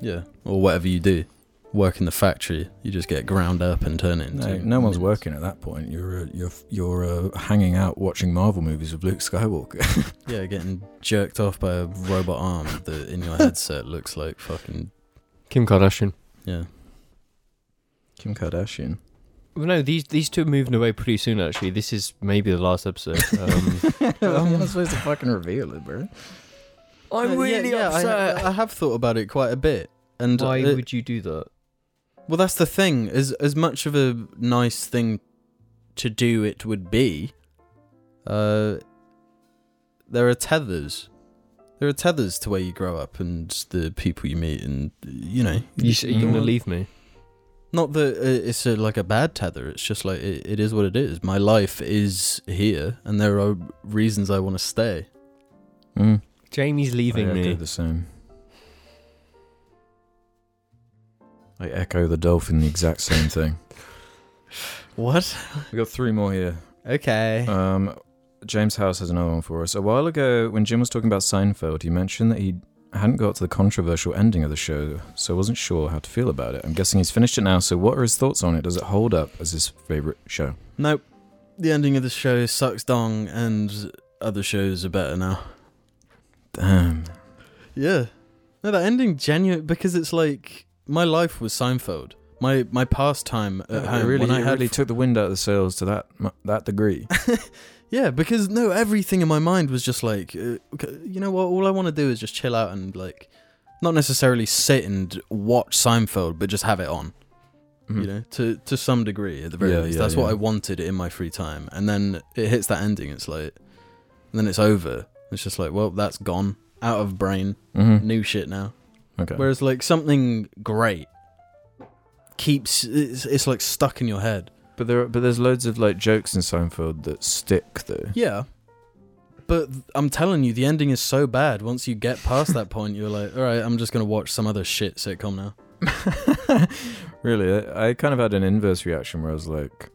Speaker 3: Yeah, or whatever you do, work in the factory, you just get ground up and turn it into.
Speaker 2: No, no one's
Speaker 3: minutes.
Speaker 2: working at that point. You're uh, you're you're uh, hanging out watching Marvel movies with Luke Skywalker.
Speaker 3: Yeah, getting jerked off by a robot arm that in your headset looks like fucking
Speaker 1: Kim Kardashian.
Speaker 3: yeah.
Speaker 2: Kim Kardashian.
Speaker 1: Well, no, these these two are moving away pretty soon. Actually, this is maybe the last episode. Um,
Speaker 2: I'm not supposed to fucking reveal it, bro.
Speaker 3: Uh, yeah, yeah, I- Uh, I, have thought about it quite a bit, and
Speaker 1: Why
Speaker 3: it-
Speaker 1: would you do that?
Speaker 3: well, that's the thing. As as much of a nice thing to do it would be, uh, there are tethers. There are tethers to where you grow up and the people you meet, and you know
Speaker 1: You, s- are you
Speaker 3: don't
Speaker 1: gonna
Speaker 3: want-
Speaker 1: leave me?
Speaker 3: Not that uh, it's a, like a bad tether. It's just like it, it is what it is. My life is here, and there are reasons I want to stay.
Speaker 2: Mm.
Speaker 1: Jamie's leaving
Speaker 2: I
Speaker 1: me.
Speaker 2: echo the same. I echo the dolphin the exact same thing.
Speaker 3: What?
Speaker 2: We got three more here.
Speaker 6: Okay.
Speaker 2: Um, James House has another one for us. A while ago, when Jim was talking about Seinfeld, he mentioned that he hadn't got to the controversial ending of the show, so wasn't sure how to feel about it. I'm guessing he's finished it now. So, what are his thoughts on it? Does it hold up as his favorite show?
Speaker 3: Nope. The ending of the show sucks dong, and other shows are better now.
Speaker 2: Damn.
Speaker 3: Yeah. No, that ending genuine because it's like my life was Seinfeld. My my pastime at home
Speaker 2: it really,
Speaker 3: when I
Speaker 2: it
Speaker 3: had
Speaker 2: really took the wind out of the sails to that mu- that degree.
Speaker 3: Yeah, because no, everything in my mind was just like, uh, okay, you know what? All I want to do is just chill out and like, not necessarily sit and watch Seinfeld, but just have it on.
Speaker 2: Mm-hmm.
Speaker 3: You know, to to some degree at the very
Speaker 2: Yeah,
Speaker 3: least.
Speaker 2: yeah,
Speaker 3: That's what
Speaker 2: yeah.
Speaker 3: I wanted in my free time, and then it hits that ending. It's like, and then it's over. It's just like, well, that's gone out of brain.
Speaker 2: Mhm.
Speaker 3: New shit now.
Speaker 2: Okay.
Speaker 3: Whereas like something great keeps it's, it's like stuck in your head.
Speaker 2: But there, are, but there's loads of like jokes in Seinfeld that stick though.
Speaker 3: Yeah. But th- I'm telling you, the ending is so bad. Once you get past that point, you're like, all right, I'm just going to watch some other shit sitcom now.
Speaker 2: really, I I kind of had an inverse reaction where I was like,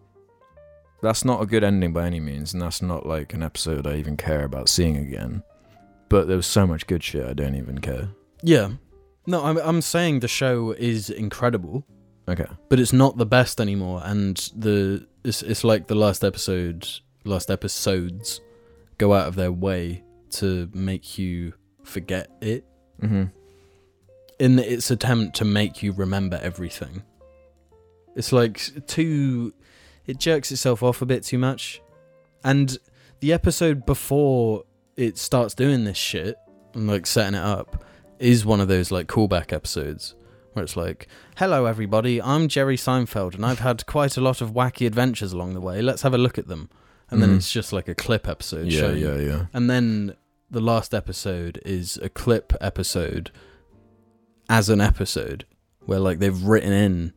Speaker 2: "That's not a good ending by any means, and that's not like an episode I even care about seeing again." But there was so much good shit I don't even care.
Speaker 3: Yeah. No, I'm, I'm saying the show is incredible,
Speaker 2: Okay,
Speaker 3: but it's not the best anymore. And the it's, it's like the last episode, last episodes go out of their way to make you forget it
Speaker 2: mm-hmm.
Speaker 3: in its attempt to make you remember everything. It's like too. It jerks itself off a bit too much. And the episode before it starts doing this shit and like setting it up is one of those like callback episodes where it's like, hello everybody, I'm Jerry Seinfeld and I've had quite a lot of wacky adventures along the way. Let's have a look at them. And
Speaker 2: Mhm.
Speaker 3: then it's just like a clip episode.
Speaker 2: yeah,
Speaker 3: showing you
Speaker 2: yeah, yeah.
Speaker 3: and then the last episode is a clip episode as an episode where like they've written in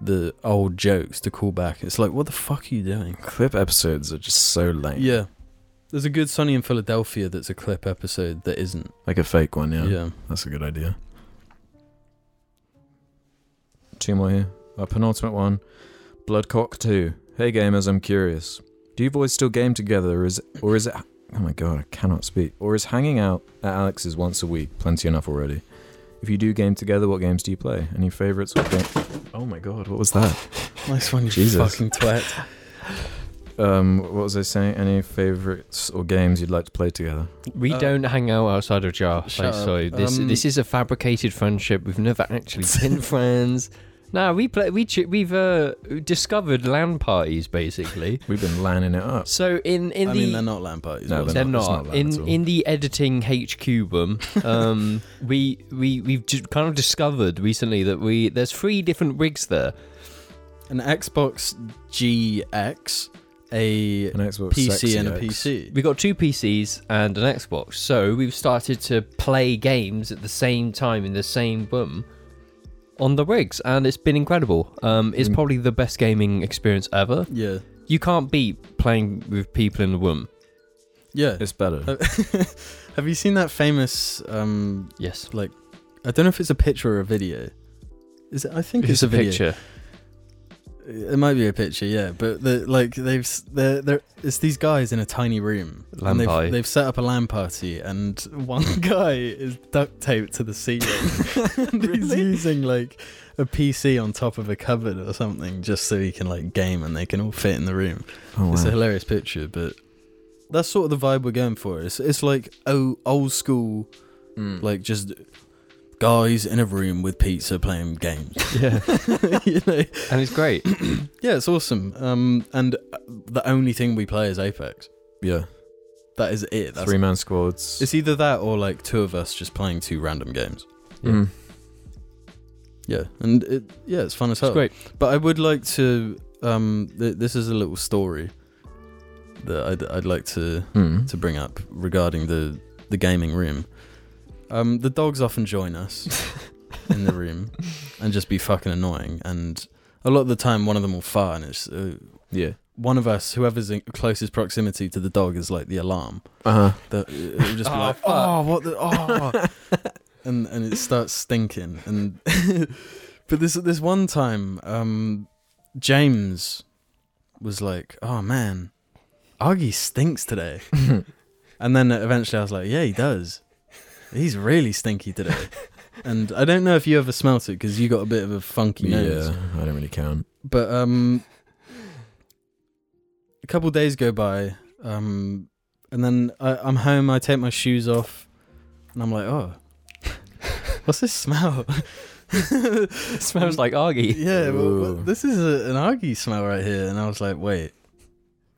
Speaker 3: the old jokes to call back. It's like, what the fuck are you doing?
Speaker 2: Clip episodes are just so lame.
Speaker 3: Yeah. There's a good Sunny in Philadelphia that's a clip episode that isn't.
Speaker 2: like a fake one. Yeah.
Speaker 3: Yeah.
Speaker 2: that's a good idea. Two more here. Our penultimate one. Bloodcock 2. Hey gamers, I'm curious. Do you boys still game together or is or is it Oh my god, I cannot speak. Or is hanging out at Alex's once a week plenty enough already? If you do game together, what games do you play? Any favorites or game Oh my god, what was that?
Speaker 3: Nice one, you
Speaker 2: Jesus.
Speaker 3: fucking twat.
Speaker 2: Um, what was I saying? Any favorites or games you'd like to play together?
Speaker 1: We
Speaker 3: Uh,
Speaker 1: don't hang out outside of Jar.
Speaker 3: shut
Speaker 1: Like,
Speaker 3: up.
Speaker 1: so this
Speaker 3: Um,
Speaker 1: this is a fabricated friendship. We've never actually been friends. Nah, we play. We ch- we've uh, discovered land parties basically.
Speaker 2: We've been lining it up.
Speaker 1: So in in
Speaker 3: I
Speaker 1: the
Speaker 3: mean, they're not lamp parties.
Speaker 2: No,
Speaker 3: but-
Speaker 1: they're
Speaker 2: they're not- it's
Speaker 1: not.
Speaker 2: not land at
Speaker 1: In
Speaker 2: all.
Speaker 1: in the editing HQ room, um, we we we've ju- kind of discovered recently that we there's three different rigs there.
Speaker 3: an Xbox GX, a
Speaker 2: An Xbox
Speaker 3: PC, and a
Speaker 2: Series X.
Speaker 3: PC.
Speaker 1: We got two PCs and an Xbox, so we've started to play games at the same time in the same room on the rigs, and it's been incredible. Um, it's
Speaker 2: Mm.
Speaker 1: probably the best gaming experience ever.
Speaker 3: Yeah,
Speaker 1: You can't beat playing with people in the room.
Speaker 3: yeah.
Speaker 2: It's better.
Speaker 3: Uh, Have you seen that famous? Um,
Speaker 1: Yes,
Speaker 3: like, I don't know if it's a picture or a video. Is it? I think it's,
Speaker 1: it's a
Speaker 3: video.
Speaker 1: picture.
Speaker 3: It might be a picture, yeah. But the, like they've s- they're, they're it's these guys in a tiny room. and
Speaker 1: Lamp
Speaker 3: they've,
Speaker 1: party.
Speaker 3: they've set up a lamp party, and one guy is duct taped to the ceiling. and He's using like a PC on top of a cupboard or something, just so he can like game, and they can all fit in the room.
Speaker 2: oh,
Speaker 3: It's a
Speaker 2: wow.
Speaker 3: hilarious picture, but that's sort of the vibe we're going for. It's it's like oh old school,
Speaker 2: Mm.
Speaker 3: like just guys in a room with pizza playing games.
Speaker 1: Yeah,
Speaker 3: you know,
Speaker 1: and it's great.
Speaker 3: yeah, it's awesome. Um, and uh, the only thing we play is Apex.
Speaker 2: yeah,
Speaker 3: That is it. That's
Speaker 2: three man squads.
Speaker 3: It's either that or like two of us just playing two random games.
Speaker 2: Mm.
Speaker 3: Yeah, and it, yeah, it's fun as hell.
Speaker 1: It's great.
Speaker 3: But I would like to. Um, th- this is a little story that I'd, I'd like to
Speaker 2: Mm.
Speaker 3: to bring up regarding the the gaming room. Um, the dogs often join us in the room and just be fucking annoying. And a lot of the time, one of them will fart, and it's uh,
Speaker 2: Yeah.
Speaker 3: one of us, whoever's in closest proximity to the dog, is like the alarm.
Speaker 2: Uh huh.
Speaker 3: That it will just be like, oh, what the oh, and and it starts stinking. And but this this one time, um, James was like, oh man, Argy stinks today. And then eventually I was like, yeah, he does. He's really stinky today. and I don't know if you ever smelt it because you got a bit of a funky nose.
Speaker 2: yeah, I don't really count.
Speaker 3: But um, a couple days go by, um, and then I, I'm home. I take my shoes off, and I'm like, oh, what's this smell?
Speaker 1: It smells like Argy.
Speaker 3: yeah, well, well,
Speaker 2: Ooh.
Speaker 3: this is a, an argy smell right here. And I was like, wait,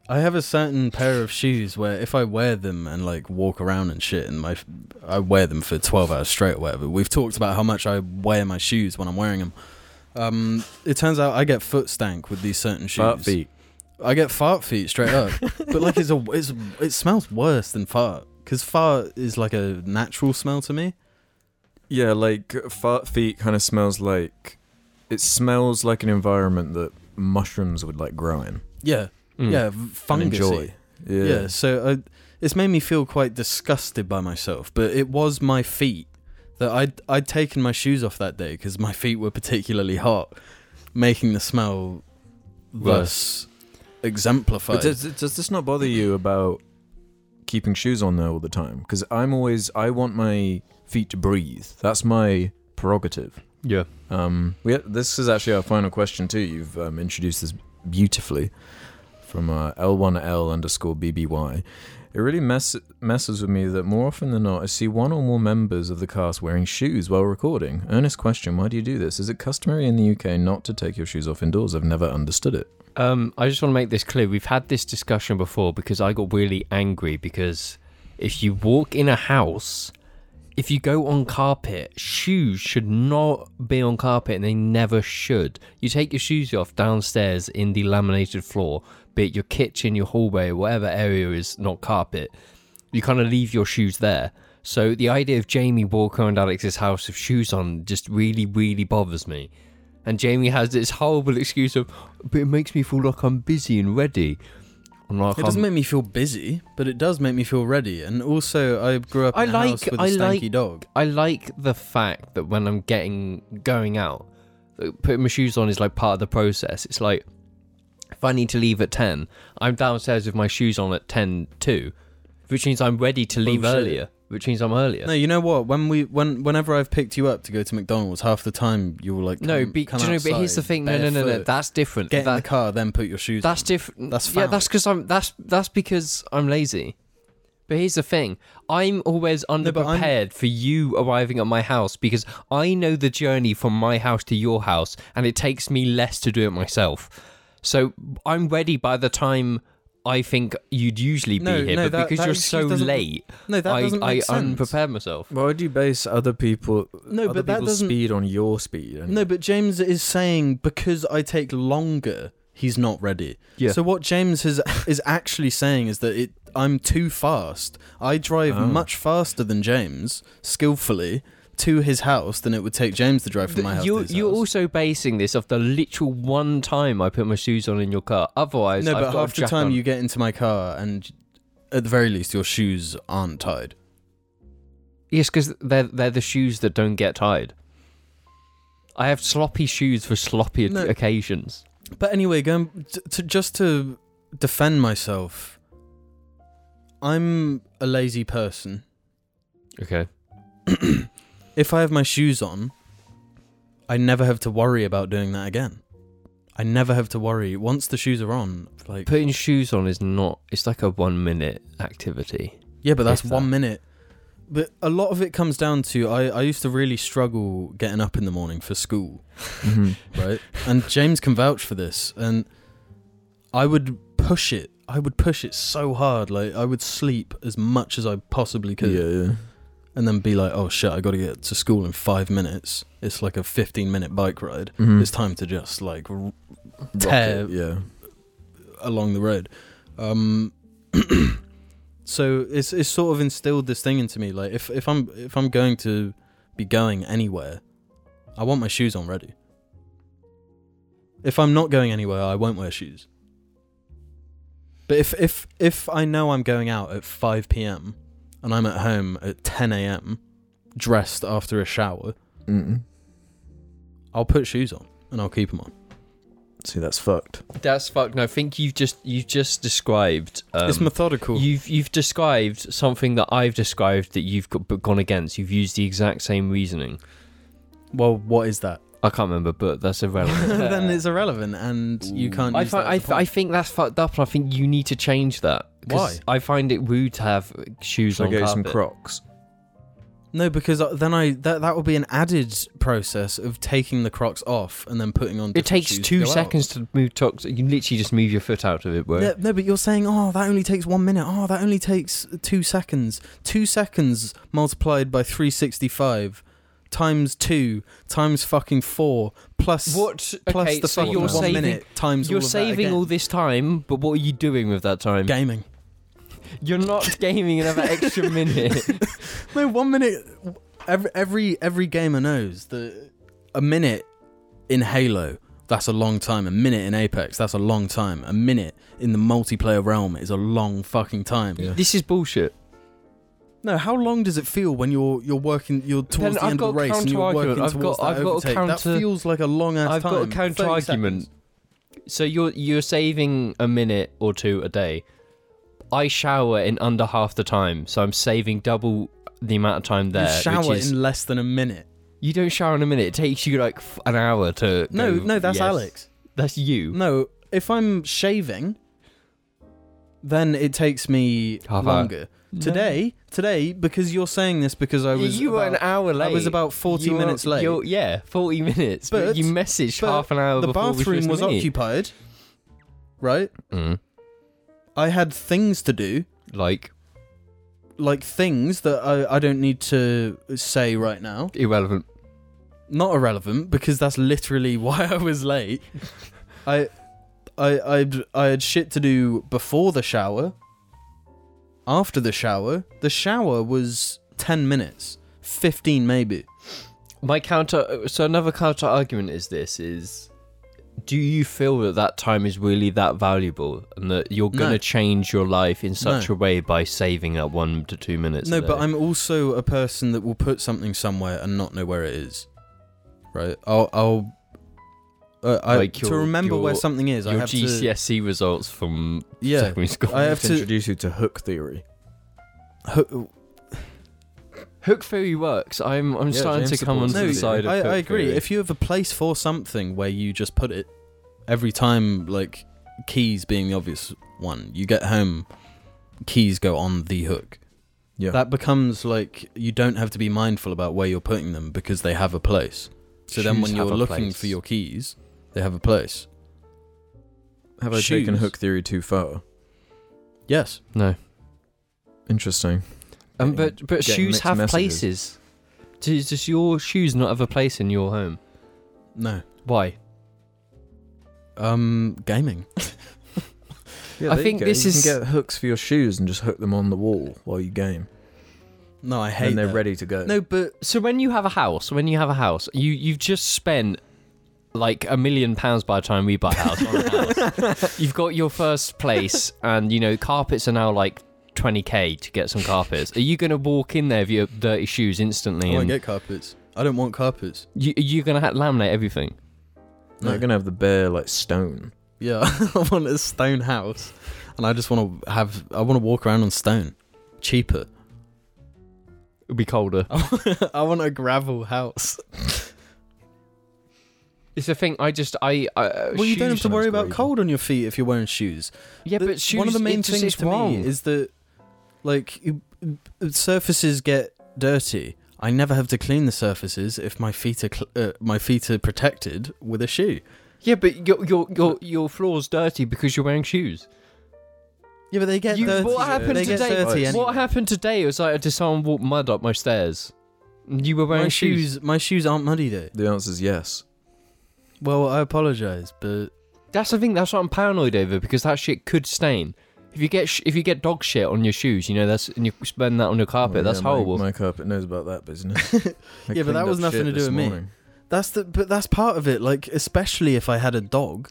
Speaker 3: I have a certain pair of shoes where if I wear them and like walk around and shit, and my f- I wear them for twelve hours straight or whatever. We've talked about how much I wear my shoes when I'm wearing them. Um, it turns out I get foot stank with these certain shoes.
Speaker 2: Fart feet.
Speaker 3: I get fart feet straight up, but like it's a it's it smells worse than fart because fart is like a natural smell to me.
Speaker 2: Yeah, like fart feet kind of smells like it smells like an environment that mushrooms would like grow in
Speaker 3: Yeah,
Speaker 1: Mm.
Speaker 3: yeah, fungusy.
Speaker 2: Hmm. and enjoy. Yeah.
Speaker 3: Yeah. so I, it's made me feel quite disgusted by myself, but it was my feet that I'd, I'd taken my shoes off that day because my feet were particularly hot, making the smell thus exemplified.
Speaker 2: But does, does this not bother you about keeping shoes on there all the time? Because I'm always I want my feet to breathe. That's my prerogative.
Speaker 1: Yeah.
Speaker 2: Um, we this is actually our final question too. You've um, introduced this beautifully from uh, L1L underscore BBY. It really mess- messes with me that more often than not, I see one or more members of the cast wearing shoes while recording. Earnest question: Why do you do this? Is it customary in the UK not to take your shoes off indoors? I've never understood it.
Speaker 1: Um, I just want to make this clear. We've had this discussion before because I got really angry because if you walk in a house, if you go on carpet, shoes should not be on carpet and they never should. You take your shoes off downstairs in the laminated floor, be it your kitchen, your hallway, whatever area is not carpet, you kind of leave your shoes there. So the idea of Jamie walking around Alex's house with shoes on just really, really bothers me. And Jamie has this horrible excuse of, but it makes me feel like I'm busy and ready. I'm like,
Speaker 3: it doesn't
Speaker 1: I'm-
Speaker 3: make me feel busy, but it does make me feel ready. And also, I grew up in
Speaker 1: I
Speaker 3: a
Speaker 1: like-
Speaker 3: house with a
Speaker 1: I
Speaker 3: stanky
Speaker 1: like-
Speaker 3: dog.
Speaker 1: I like the fact that when I'm getting going out, that putting my shoes on is like part of the process. It's like if I need to leave at ten, I'm downstairs with my shoes on at ten too, which means I'm ready to leave
Speaker 3: Bullshit.
Speaker 1: earlier. which means I'm earlier.
Speaker 3: Oh, No, you know what? When we when whenever I've picked you up to go to McDonald's, half the time you were like,
Speaker 1: No,
Speaker 3: come,
Speaker 1: be,
Speaker 3: come
Speaker 1: do you know, but here's the
Speaker 3: outside,
Speaker 1: thing. No, no, no, no.
Speaker 3: barefoot,
Speaker 1: That's different.
Speaker 3: get in the
Speaker 1: That,
Speaker 3: car, then put your shoes.
Speaker 1: that's
Speaker 3: on.
Speaker 1: different.
Speaker 3: That's
Speaker 1: yeah.
Speaker 3: foul.
Speaker 1: That's because I'm. That's that's because I'm lazy. But here's the thing. I'm always
Speaker 3: but I'm-
Speaker 1: underprepared for you arriving at my house because I know the journey from my house to your house, and it takes me less to do it myself. So I'm ready by the time I think you'd usually be
Speaker 3: No,
Speaker 1: here,
Speaker 3: no,
Speaker 1: but
Speaker 3: that-
Speaker 1: because
Speaker 3: that
Speaker 1: you're
Speaker 3: excuse
Speaker 1: so
Speaker 3: doesn't-
Speaker 1: late,
Speaker 3: no, that
Speaker 1: I,
Speaker 3: doesn't
Speaker 1: I
Speaker 3: make sense.
Speaker 1: unprepared myself.
Speaker 2: Why would you base other people
Speaker 3: No,
Speaker 2: other
Speaker 3: but that
Speaker 2: people's
Speaker 3: doesn't-
Speaker 2: speed on your speed? And
Speaker 3: No, but James is saying because I take longer, he's not ready.
Speaker 2: Yeah.
Speaker 3: So what James is is actually saying is that it I'm too fast. I drive
Speaker 1: Ah.
Speaker 2: Oh.
Speaker 3: much faster than James skillfully to his house than it would take James to drive from
Speaker 1: Th-
Speaker 3: my house.
Speaker 1: you're
Speaker 3: to his
Speaker 1: you're
Speaker 3: house.
Speaker 1: also basing this off the literal one time I put my shoes on in your car. Otherwise,
Speaker 3: no,
Speaker 1: I've
Speaker 3: but
Speaker 1: got a
Speaker 3: half the
Speaker 1: jack
Speaker 3: time
Speaker 1: on.
Speaker 3: you get into my car and at the very least your shoes aren't tied.
Speaker 1: yes, because they're they're the shoes that don't get tied. I have sloppy shoes for sloppy
Speaker 3: No.
Speaker 1: occasions.
Speaker 3: But anyway, going to, to just to defend myself, I'm a lazy person.
Speaker 1: Okay.
Speaker 3: if I have my shoes on, I never have to worry about doing that again. I never have to worry once the shoes are on. Like,
Speaker 1: Putting shoes on is not. It's like a one minute activity.
Speaker 3: yeah, but that's
Speaker 1: if
Speaker 3: one
Speaker 1: that.
Speaker 3: minute. But a lot of it comes down to I, I used to really struggle getting up in the morning for school,
Speaker 2: Mhm.
Speaker 3: right? and James can vouch for this. And I would push it. I would push it so hard. Like I would sleep as much as I possibly could.
Speaker 2: yeah, yeah.
Speaker 3: and then be like, oh shit, I got to get to school in five minutes. It's like a 15 minute bike ride.
Speaker 1: Hmm.
Speaker 2: Mhm.
Speaker 3: It's time to just like r-
Speaker 2: Rocket,
Speaker 3: tear
Speaker 2: yeah.
Speaker 3: along the road. Um, so it's it's sort of instilled this thing into me. Like if, if I'm if I'm going to be going anywhere, I want my shoes on ready. If I'm not going anywhere, I won't wear shoes. But if if if I know I'm going out at five p.m. and I'm at home at ten a.m. dressed after a shower,
Speaker 2: Mm-mm.
Speaker 3: I'll put shoes on and I'll keep them on.
Speaker 2: See, that's fucked.
Speaker 1: That's fucked. No, I think you've just you've just described. Um,
Speaker 3: it's methodical.
Speaker 1: You've you've described something that I've described that you've got, but gone against. You've used the exact same reasoning.
Speaker 3: well, what is that?
Speaker 1: I can't remember, but that's irrelevant.
Speaker 3: then it's irrelevant, and you can't.
Speaker 1: I,
Speaker 3: use
Speaker 1: find,
Speaker 3: that
Speaker 1: I,
Speaker 3: as a
Speaker 1: th- I think that's fucked up, and I think you need to change that. 'Cause I find it rude to have shoes
Speaker 2: Should I
Speaker 1: on
Speaker 2: get you
Speaker 1: carpet.
Speaker 2: some Crocs?
Speaker 3: point. no, because uh, then I that that would be an added process of taking the Crocs off and then putting on.
Speaker 1: it
Speaker 3: different
Speaker 1: takes
Speaker 3: shoes to
Speaker 1: two
Speaker 3: go out.
Speaker 1: seconds to move tox. You literally just move your foot out of it, bro.
Speaker 3: No, no, but you're saying, oh, that only takes one minute. Oh, that only takes two seconds. Two seconds multiplied by 365 times two times fucking four plus
Speaker 1: What?
Speaker 3: plus
Speaker 1: okay,
Speaker 3: the
Speaker 1: so
Speaker 3: fucking
Speaker 1: you're
Speaker 3: one
Speaker 1: saving,
Speaker 3: minute times
Speaker 1: you're
Speaker 3: all of that
Speaker 1: saving
Speaker 3: again.
Speaker 1: all this time, but what are you doing with that time?
Speaker 3: gaming.
Speaker 1: You're not gaming another extra minute.
Speaker 3: No, one minute. Every every every gamer knows that a minute in Halo that's a long time. A minute in Apex that's a long time. A minute in the multiplayer realm is a long fucking time.
Speaker 1: This is bullshit.
Speaker 3: No, how long does it feel when you're you're working you're towards the
Speaker 1: I've
Speaker 3: end
Speaker 1: got
Speaker 3: of the race and you're
Speaker 1: counter-argument.
Speaker 3: working
Speaker 1: I've
Speaker 3: towards
Speaker 1: got-
Speaker 3: that
Speaker 1: I've got a
Speaker 3: overtake?
Speaker 1: counter-
Speaker 3: that feels like a long ass
Speaker 1: I've
Speaker 3: time.
Speaker 1: got a counter
Speaker 3: 30 seconds.
Speaker 1: argument. So you're you're saving a minute or two a day. I shower in under half the time, so I'm saving double the amount of time there.
Speaker 3: you shower
Speaker 1: which is,
Speaker 3: in less than a minute.
Speaker 1: You don't shower in a minute. It takes you like f- an hour to.
Speaker 3: No,
Speaker 1: go-
Speaker 3: no, that's
Speaker 1: yes.
Speaker 3: Alex.
Speaker 1: That's you.
Speaker 3: No, if I'm shaving, then it takes me
Speaker 1: Half hour.
Speaker 3: longer. Today, today, because you're saying this because I was
Speaker 1: you were an
Speaker 3: about-
Speaker 1: hour late.
Speaker 3: I was about forty
Speaker 1: You were-
Speaker 3: minutes late.
Speaker 1: you're- yeah, forty minutes. But,
Speaker 3: But-
Speaker 1: you messaged
Speaker 3: but
Speaker 1: half an hour
Speaker 3: the
Speaker 1: before
Speaker 3: bathroom
Speaker 1: we
Speaker 3: was occupied, right?
Speaker 1: Mm,
Speaker 3: I had things to do,
Speaker 1: like
Speaker 3: like things that I, I don't need to say right now.
Speaker 1: irrelevant.
Speaker 3: Not irrelevant because that's literally why I was late. I, I, I'd, I had shit to do before the shower. After the shower, the shower was ten minutes, fifteen maybe.
Speaker 1: My counter. So another counter argument is this: is do you feel that that time is really that valuable, and that you're
Speaker 3: No.
Speaker 1: gonna change your life in such
Speaker 3: No.
Speaker 1: a way by saving that one to two minutes?
Speaker 3: No,
Speaker 1: a
Speaker 3: but
Speaker 1: day?
Speaker 3: I'm also a person that will put something somewhere and not know where it is. Right? I'll, I'll uh, I,
Speaker 1: Like
Speaker 3: to
Speaker 1: your-
Speaker 3: remember where
Speaker 1: your-
Speaker 3: something is. I
Speaker 1: your
Speaker 3: have to
Speaker 1: GCSE E results from
Speaker 3: yeah.
Speaker 1: secondary school.
Speaker 3: I have
Speaker 2: to
Speaker 3: to.
Speaker 2: introduce you to hook theory.
Speaker 3: ho-
Speaker 1: Hook theory works. I'm I'm
Speaker 3: Yeah,
Speaker 1: starting
Speaker 3: James
Speaker 1: to come
Speaker 3: supports
Speaker 1: onto the
Speaker 3: it.
Speaker 1: side of
Speaker 3: I,
Speaker 1: hook
Speaker 3: I agree.
Speaker 1: theory.
Speaker 3: If you have a place for something where you just put it every time, like keys being the obvious one, you get home, keys go on the hook.
Speaker 2: Yeah.
Speaker 3: That becomes like you don't have to be mindful about where you're putting them because they have a place. So then
Speaker 1: Shoes
Speaker 3: when you're
Speaker 1: have a
Speaker 3: looking
Speaker 1: place.
Speaker 3: for your keys, they have a place.
Speaker 2: Have I taken
Speaker 3: Shoes.
Speaker 2: hook theory too far?
Speaker 3: Yes.
Speaker 1: no,
Speaker 2: Interesting.
Speaker 1: um,
Speaker 2: Getting-
Speaker 1: but but
Speaker 2: getting
Speaker 1: shoes
Speaker 2: mixed
Speaker 1: have
Speaker 2: messages.
Speaker 1: places. Does, does your shoes not have a place in your home?
Speaker 3: No.
Speaker 1: Why?
Speaker 3: Um gaming.
Speaker 2: Yeah,
Speaker 1: I
Speaker 2: there you
Speaker 1: think
Speaker 2: go.
Speaker 1: this
Speaker 2: you
Speaker 1: is-
Speaker 2: can get hooks for your shoes and just hook them on the wall while you game,
Speaker 3: No, I hate
Speaker 2: and they're
Speaker 3: that.
Speaker 2: ready to go.
Speaker 1: No, but so when you have a house, when you have a house, you you've just spent like a million pounds by the time we buy a house. on a house. You've got your first place, and you know carpets are now like. 20k to get some carpets. Are you going to walk in there with your dirty shoes instantly?
Speaker 3: I won't
Speaker 1: and
Speaker 3: get carpets. I don't want carpets.
Speaker 1: you, you're going to ha- laminate everything.
Speaker 2: They're gonna have the bare like stone.
Speaker 3: Yeah, I want a stone house, and I just want to have. I want to walk around on stone, cheaper.
Speaker 1: It'll be colder.
Speaker 3: I want a gravel house.
Speaker 1: It's the thing. I just I. I uh,
Speaker 3: Well, you don't have
Speaker 1: shoes-
Speaker 3: to worry about
Speaker 2: crazy.
Speaker 3: cold on your feet if you're wearing shoes.
Speaker 1: Yeah,
Speaker 3: The-
Speaker 1: but shoes.
Speaker 3: one of the main
Speaker 1: it just
Speaker 3: things
Speaker 1: is
Speaker 3: to
Speaker 1: wrong.
Speaker 3: me is that, like, you- surfaces get dirty. I never have to clean the surfaces if my feet are cl- uh, my feet are protected with a shoe.
Speaker 1: yeah, but your your your your floor's dirty because you're wearing shoes.
Speaker 3: Yeah, but they get
Speaker 1: You-
Speaker 3: dirty.
Speaker 1: what happened
Speaker 3: they get
Speaker 1: today?
Speaker 3: dirty
Speaker 2: What
Speaker 3: anyway.
Speaker 1: What happened today was like, I just someone walked mud up my stairs. You were wearing
Speaker 3: My shoes, my shoes aren't muddy though.
Speaker 2: The answer is yes.
Speaker 3: Well, I apologize, but
Speaker 1: That's the thing. That's what I'm paranoid over because that shit could stain. If you get sh- if you get dog shit on your shoes, you know that's and you spend that on your carpet.
Speaker 3: Oh,
Speaker 2: Well,
Speaker 1: that's
Speaker 2: Oh, yeah, my-
Speaker 1: horrible.
Speaker 2: My, carpet knows about that business. I
Speaker 3: Yeah, but that
Speaker 2: cleaned up
Speaker 3: was nothing
Speaker 2: shit
Speaker 3: to do
Speaker 2: this
Speaker 3: with me.
Speaker 2: morning.
Speaker 3: That's the but that's part of it. Like especially if I had a dog.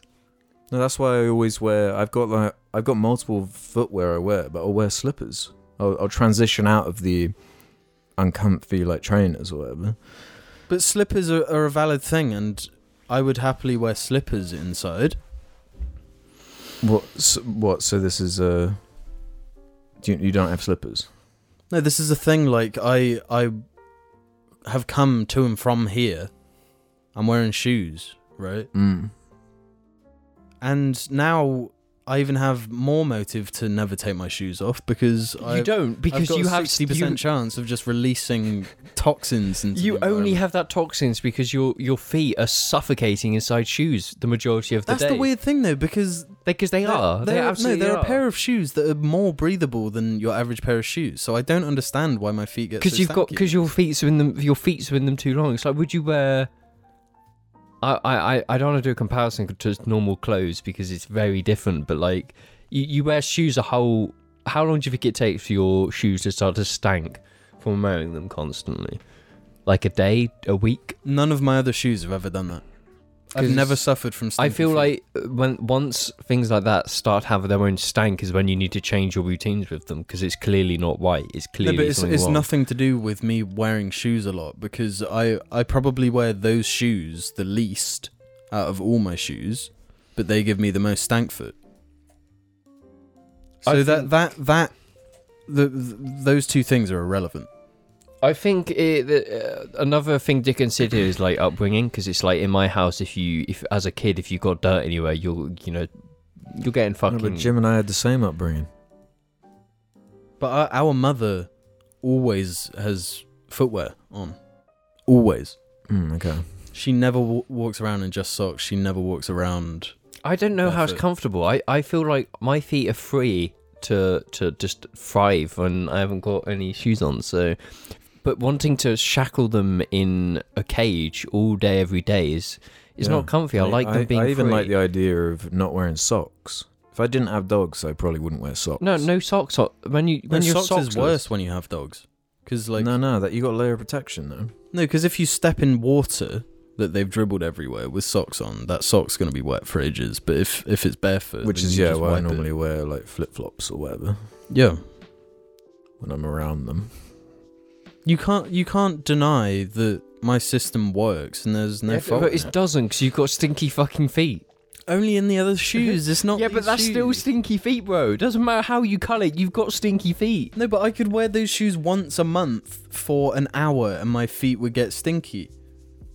Speaker 2: No, that's why I always wear. I've got like I've got multiple footwear I wear, but I'll wear slippers. I'll, I'll transition out of the uncomfy like trainers or whatever.
Speaker 3: But slippers are, are a valid thing, and I would happily wear slippers inside.
Speaker 2: What? So, what? So this is Uh, do you, you don't have slippers?
Speaker 3: No, this is a thing. Like I I have come to and from here. I'm wearing shoes, right?
Speaker 2: Mm.
Speaker 3: And now I even have more motive to never take my shoes off because I.
Speaker 1: you don't
Speaker 3: I've
Speaker 1: because
Speaker 3: got
Speaker 1: you
Speaker 3: a
Speaker 1: have
Speaker 3: sixty
Speaker 1: you-
Speaker 3: percent chance of just releasing toxins into
Speaker 1: You
Speaker 3: the
Speaker 1: only
Speaker 3: environment.
Speaker 1: have that toxins because your your feet are suffocating inside shoes the majority of the
Speaker 3: That's
Speaker 1: day.
Speaker 3: the weird thing though, because
Speaker 1: because they
Speaker 3: They're-
Speaker 1: are. They
Speaker 3: they're-
Speaker 1: absolutely
Speaker 3: no, they're
Speaker 1: are.
Speaker 3: a pair of shoes that are more breathable than your average pair of shoes. So I don't understand why my feet get.
Speaker 1: because
Speaker 3: so
Speaker 1: you've got
Speaker 3: stanky.
Speaker 1: because your feet's in them your feet's in them too long. It's like would you wear? I I I- I don't want to do a comparison to just normal clothes because it's very different. But like you, you wear shoes a whole. How long do you think it takes for your shoes to start to stank from wearing them constantly? Like a day, a week.
Speaker 3: none of my other shoes have ever done that. I've
Speaker 1: 'Cause
Speaker 3: never suffered from.
Speaker 1: I
Speaker 3: stinking
Speaker 1: feel
Speaker 3: feet.
Speaker 1: like uh, when once things like that start to have their own stank is when you need to change your routines with them because it's clearly not right. It's
Speaker 3: No,
Speaker 1: clearly
Speaker 3: but it's,
Speaker 1: something
Speaker 3: it's
Speaker 1: wrong.
Speaker 3: nothing to do with me wearing shoes a lot because I I probably wear those shoes the least out of all my shoes, but they give me the most stank foot. So
Speaker 1: I
Speaker 3: that
Speaker 1: think-
Speaker 3: that that the, th those two things are irrelevant.
Speaker 1: I think it, the, uh, another thing to consider is like upbringing because it's like in my house if you if as a kid if you got dirt anywhere you'll you know you're getting
Speaker 2: No,
Speaker 1: fucking.
Speaker 2: but Jim and I had the same upbringing.
Speaker 3: But our, our mother always has footwear on. Always.
Speaker 2: Mm, okay.
Speaker 3: She never w- walks around in just socks. She never walks around.
Speaker 1: I don't know how it's
Speaker 3: Barefoot.
Speaker 1: comfortable. I I feel like my feet are free to to just thrive when I haven't got any shoes on. So, but wanting to shackle them in a cage all day every day is is
Speaker 2: Yeah.
Speaker 1: not comfy. I like them being
Speaker 2: I even
Speaker 1: free.
Speaker 2: like the idea of not wearing socks. If I didn't have dogs, I probably wouldn't wear socks.
Speaker 1: no, no socks. On. When you when
Speaker 3: When
Speaker 1: your
Speaker 3: socks,
Speaker 1: socks
Speaker 3: is worse when you have dogs, because like
Speaker 2: no,
Speaker 3: no,
Speaker 2: no. That you got a layer of protection though.
Speaker 3: because if you step in water that they've dribbled everywhere with socks on, that sock's gonna be wet for ages. But if if it's barefoot,
Speaker 2: Which
Speaker 3: then
Speaker 2: is
Speaker 3: you
Speaker 2: yeah,
Speaker 3: just
Speaker 2: why I
Speaker 3: wipe it.
Speaker 2: normally wear like flip flops or whatever
Speaker 3: yeah.
Speaker 2: when I'm around them.
Speaker 3: You can't you can't deny that my system works and there's no
Speaker 1: Yeah,
Speaker 3: fault.
Speaker 1: but
Speaker 3: in
Speaker 1: it
Speaker 3: it.
Speaker 1: doesn't because you've got stinky fucking feet.
Speaker 3: only in the other shoes. It's not.
Speaker 1: Yeah, but
Speaker 3: these
Speaker 1: that's still
Speaker 3: shoes.
Speaker 1: stinky feet, bro. Doesn't matter how you cut it, you've got stinky feet.
Speaker 3: No, but I could wear those shoes once a month for an hour, and my feet would get stinky.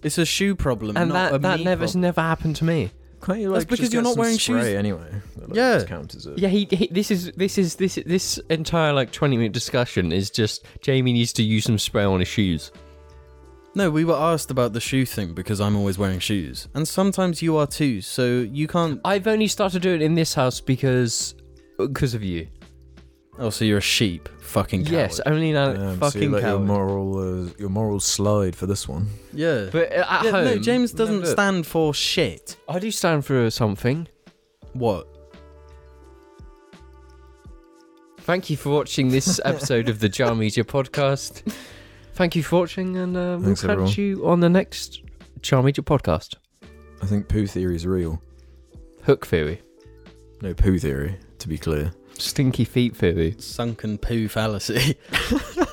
Speaker 3: It's a shoe problem,
Speaker 1: And
Speaker 3: not a
Speaker 1: that that
Speaker 3: me
Speaker 1: never's
Speaker 3: problem.
Speaker 1: never happened to me.
Speaker 2: Can't you,
Speaker 3: That's
Speaker 2: like,
Speaker 3: because
Speaker 2: just
Speaker 3: you're
Speaker 2: get
Speaker 3: not
Speaker 2: some
Speaker 3: wearing
Speaker 2: spray
Speaker 3: shoes.
Speaker 2: anyway. That, like,
Speaker 3: Yeah.
Speaker 2: just counts as a-
Speaker 1: Yeah, he, he. This is this is this this entire like twenty minute discussion is just Jamie needs to use some spray on his shoes.
Speaker 3: No, we were asked about the shoe thing because I'm always wearing shoes, and sometimes you are too. So you can't.
Speaker 1: I've only started doing it in this house because because of you.
Speaker 3: Oh, so you're a sheep, fucking coward.
Speaker 1: Yes, only now.
Speaker 2: Damn, so you
Speaker 1: fucking
Speaker 2: let your
Speaker 1: coward.
Speaker 2: moral, uh, your moral slide for this one.
Speaker 3: Yeah.
Speaker 1: But uh, at
Speaker 3: Yeah,
Speaker 1: home,
Speaker 3: no, James doesn't
Speaker 1: look.
Speaker 3: stand for shit.
Speaker 1: I do stand for something.
Speaker 3: What?
Speaker 1: Thank you for watching this episode of the Jar Media podcast. Thank you for watching, and uh, we'll
Speaker 2: Thanks,
Speaker 1: catch
Speaker 2: everyone.
Speaker 1: you on the next Jar Media podcast.
Speaker 2: I think poo theory is real.
Speaker 1: Hook theory,
Speaker 2: No, poo theory, to be clear.
Speaker 1: stinky feet theory.
Speaker 3: Sunken poo fallacy.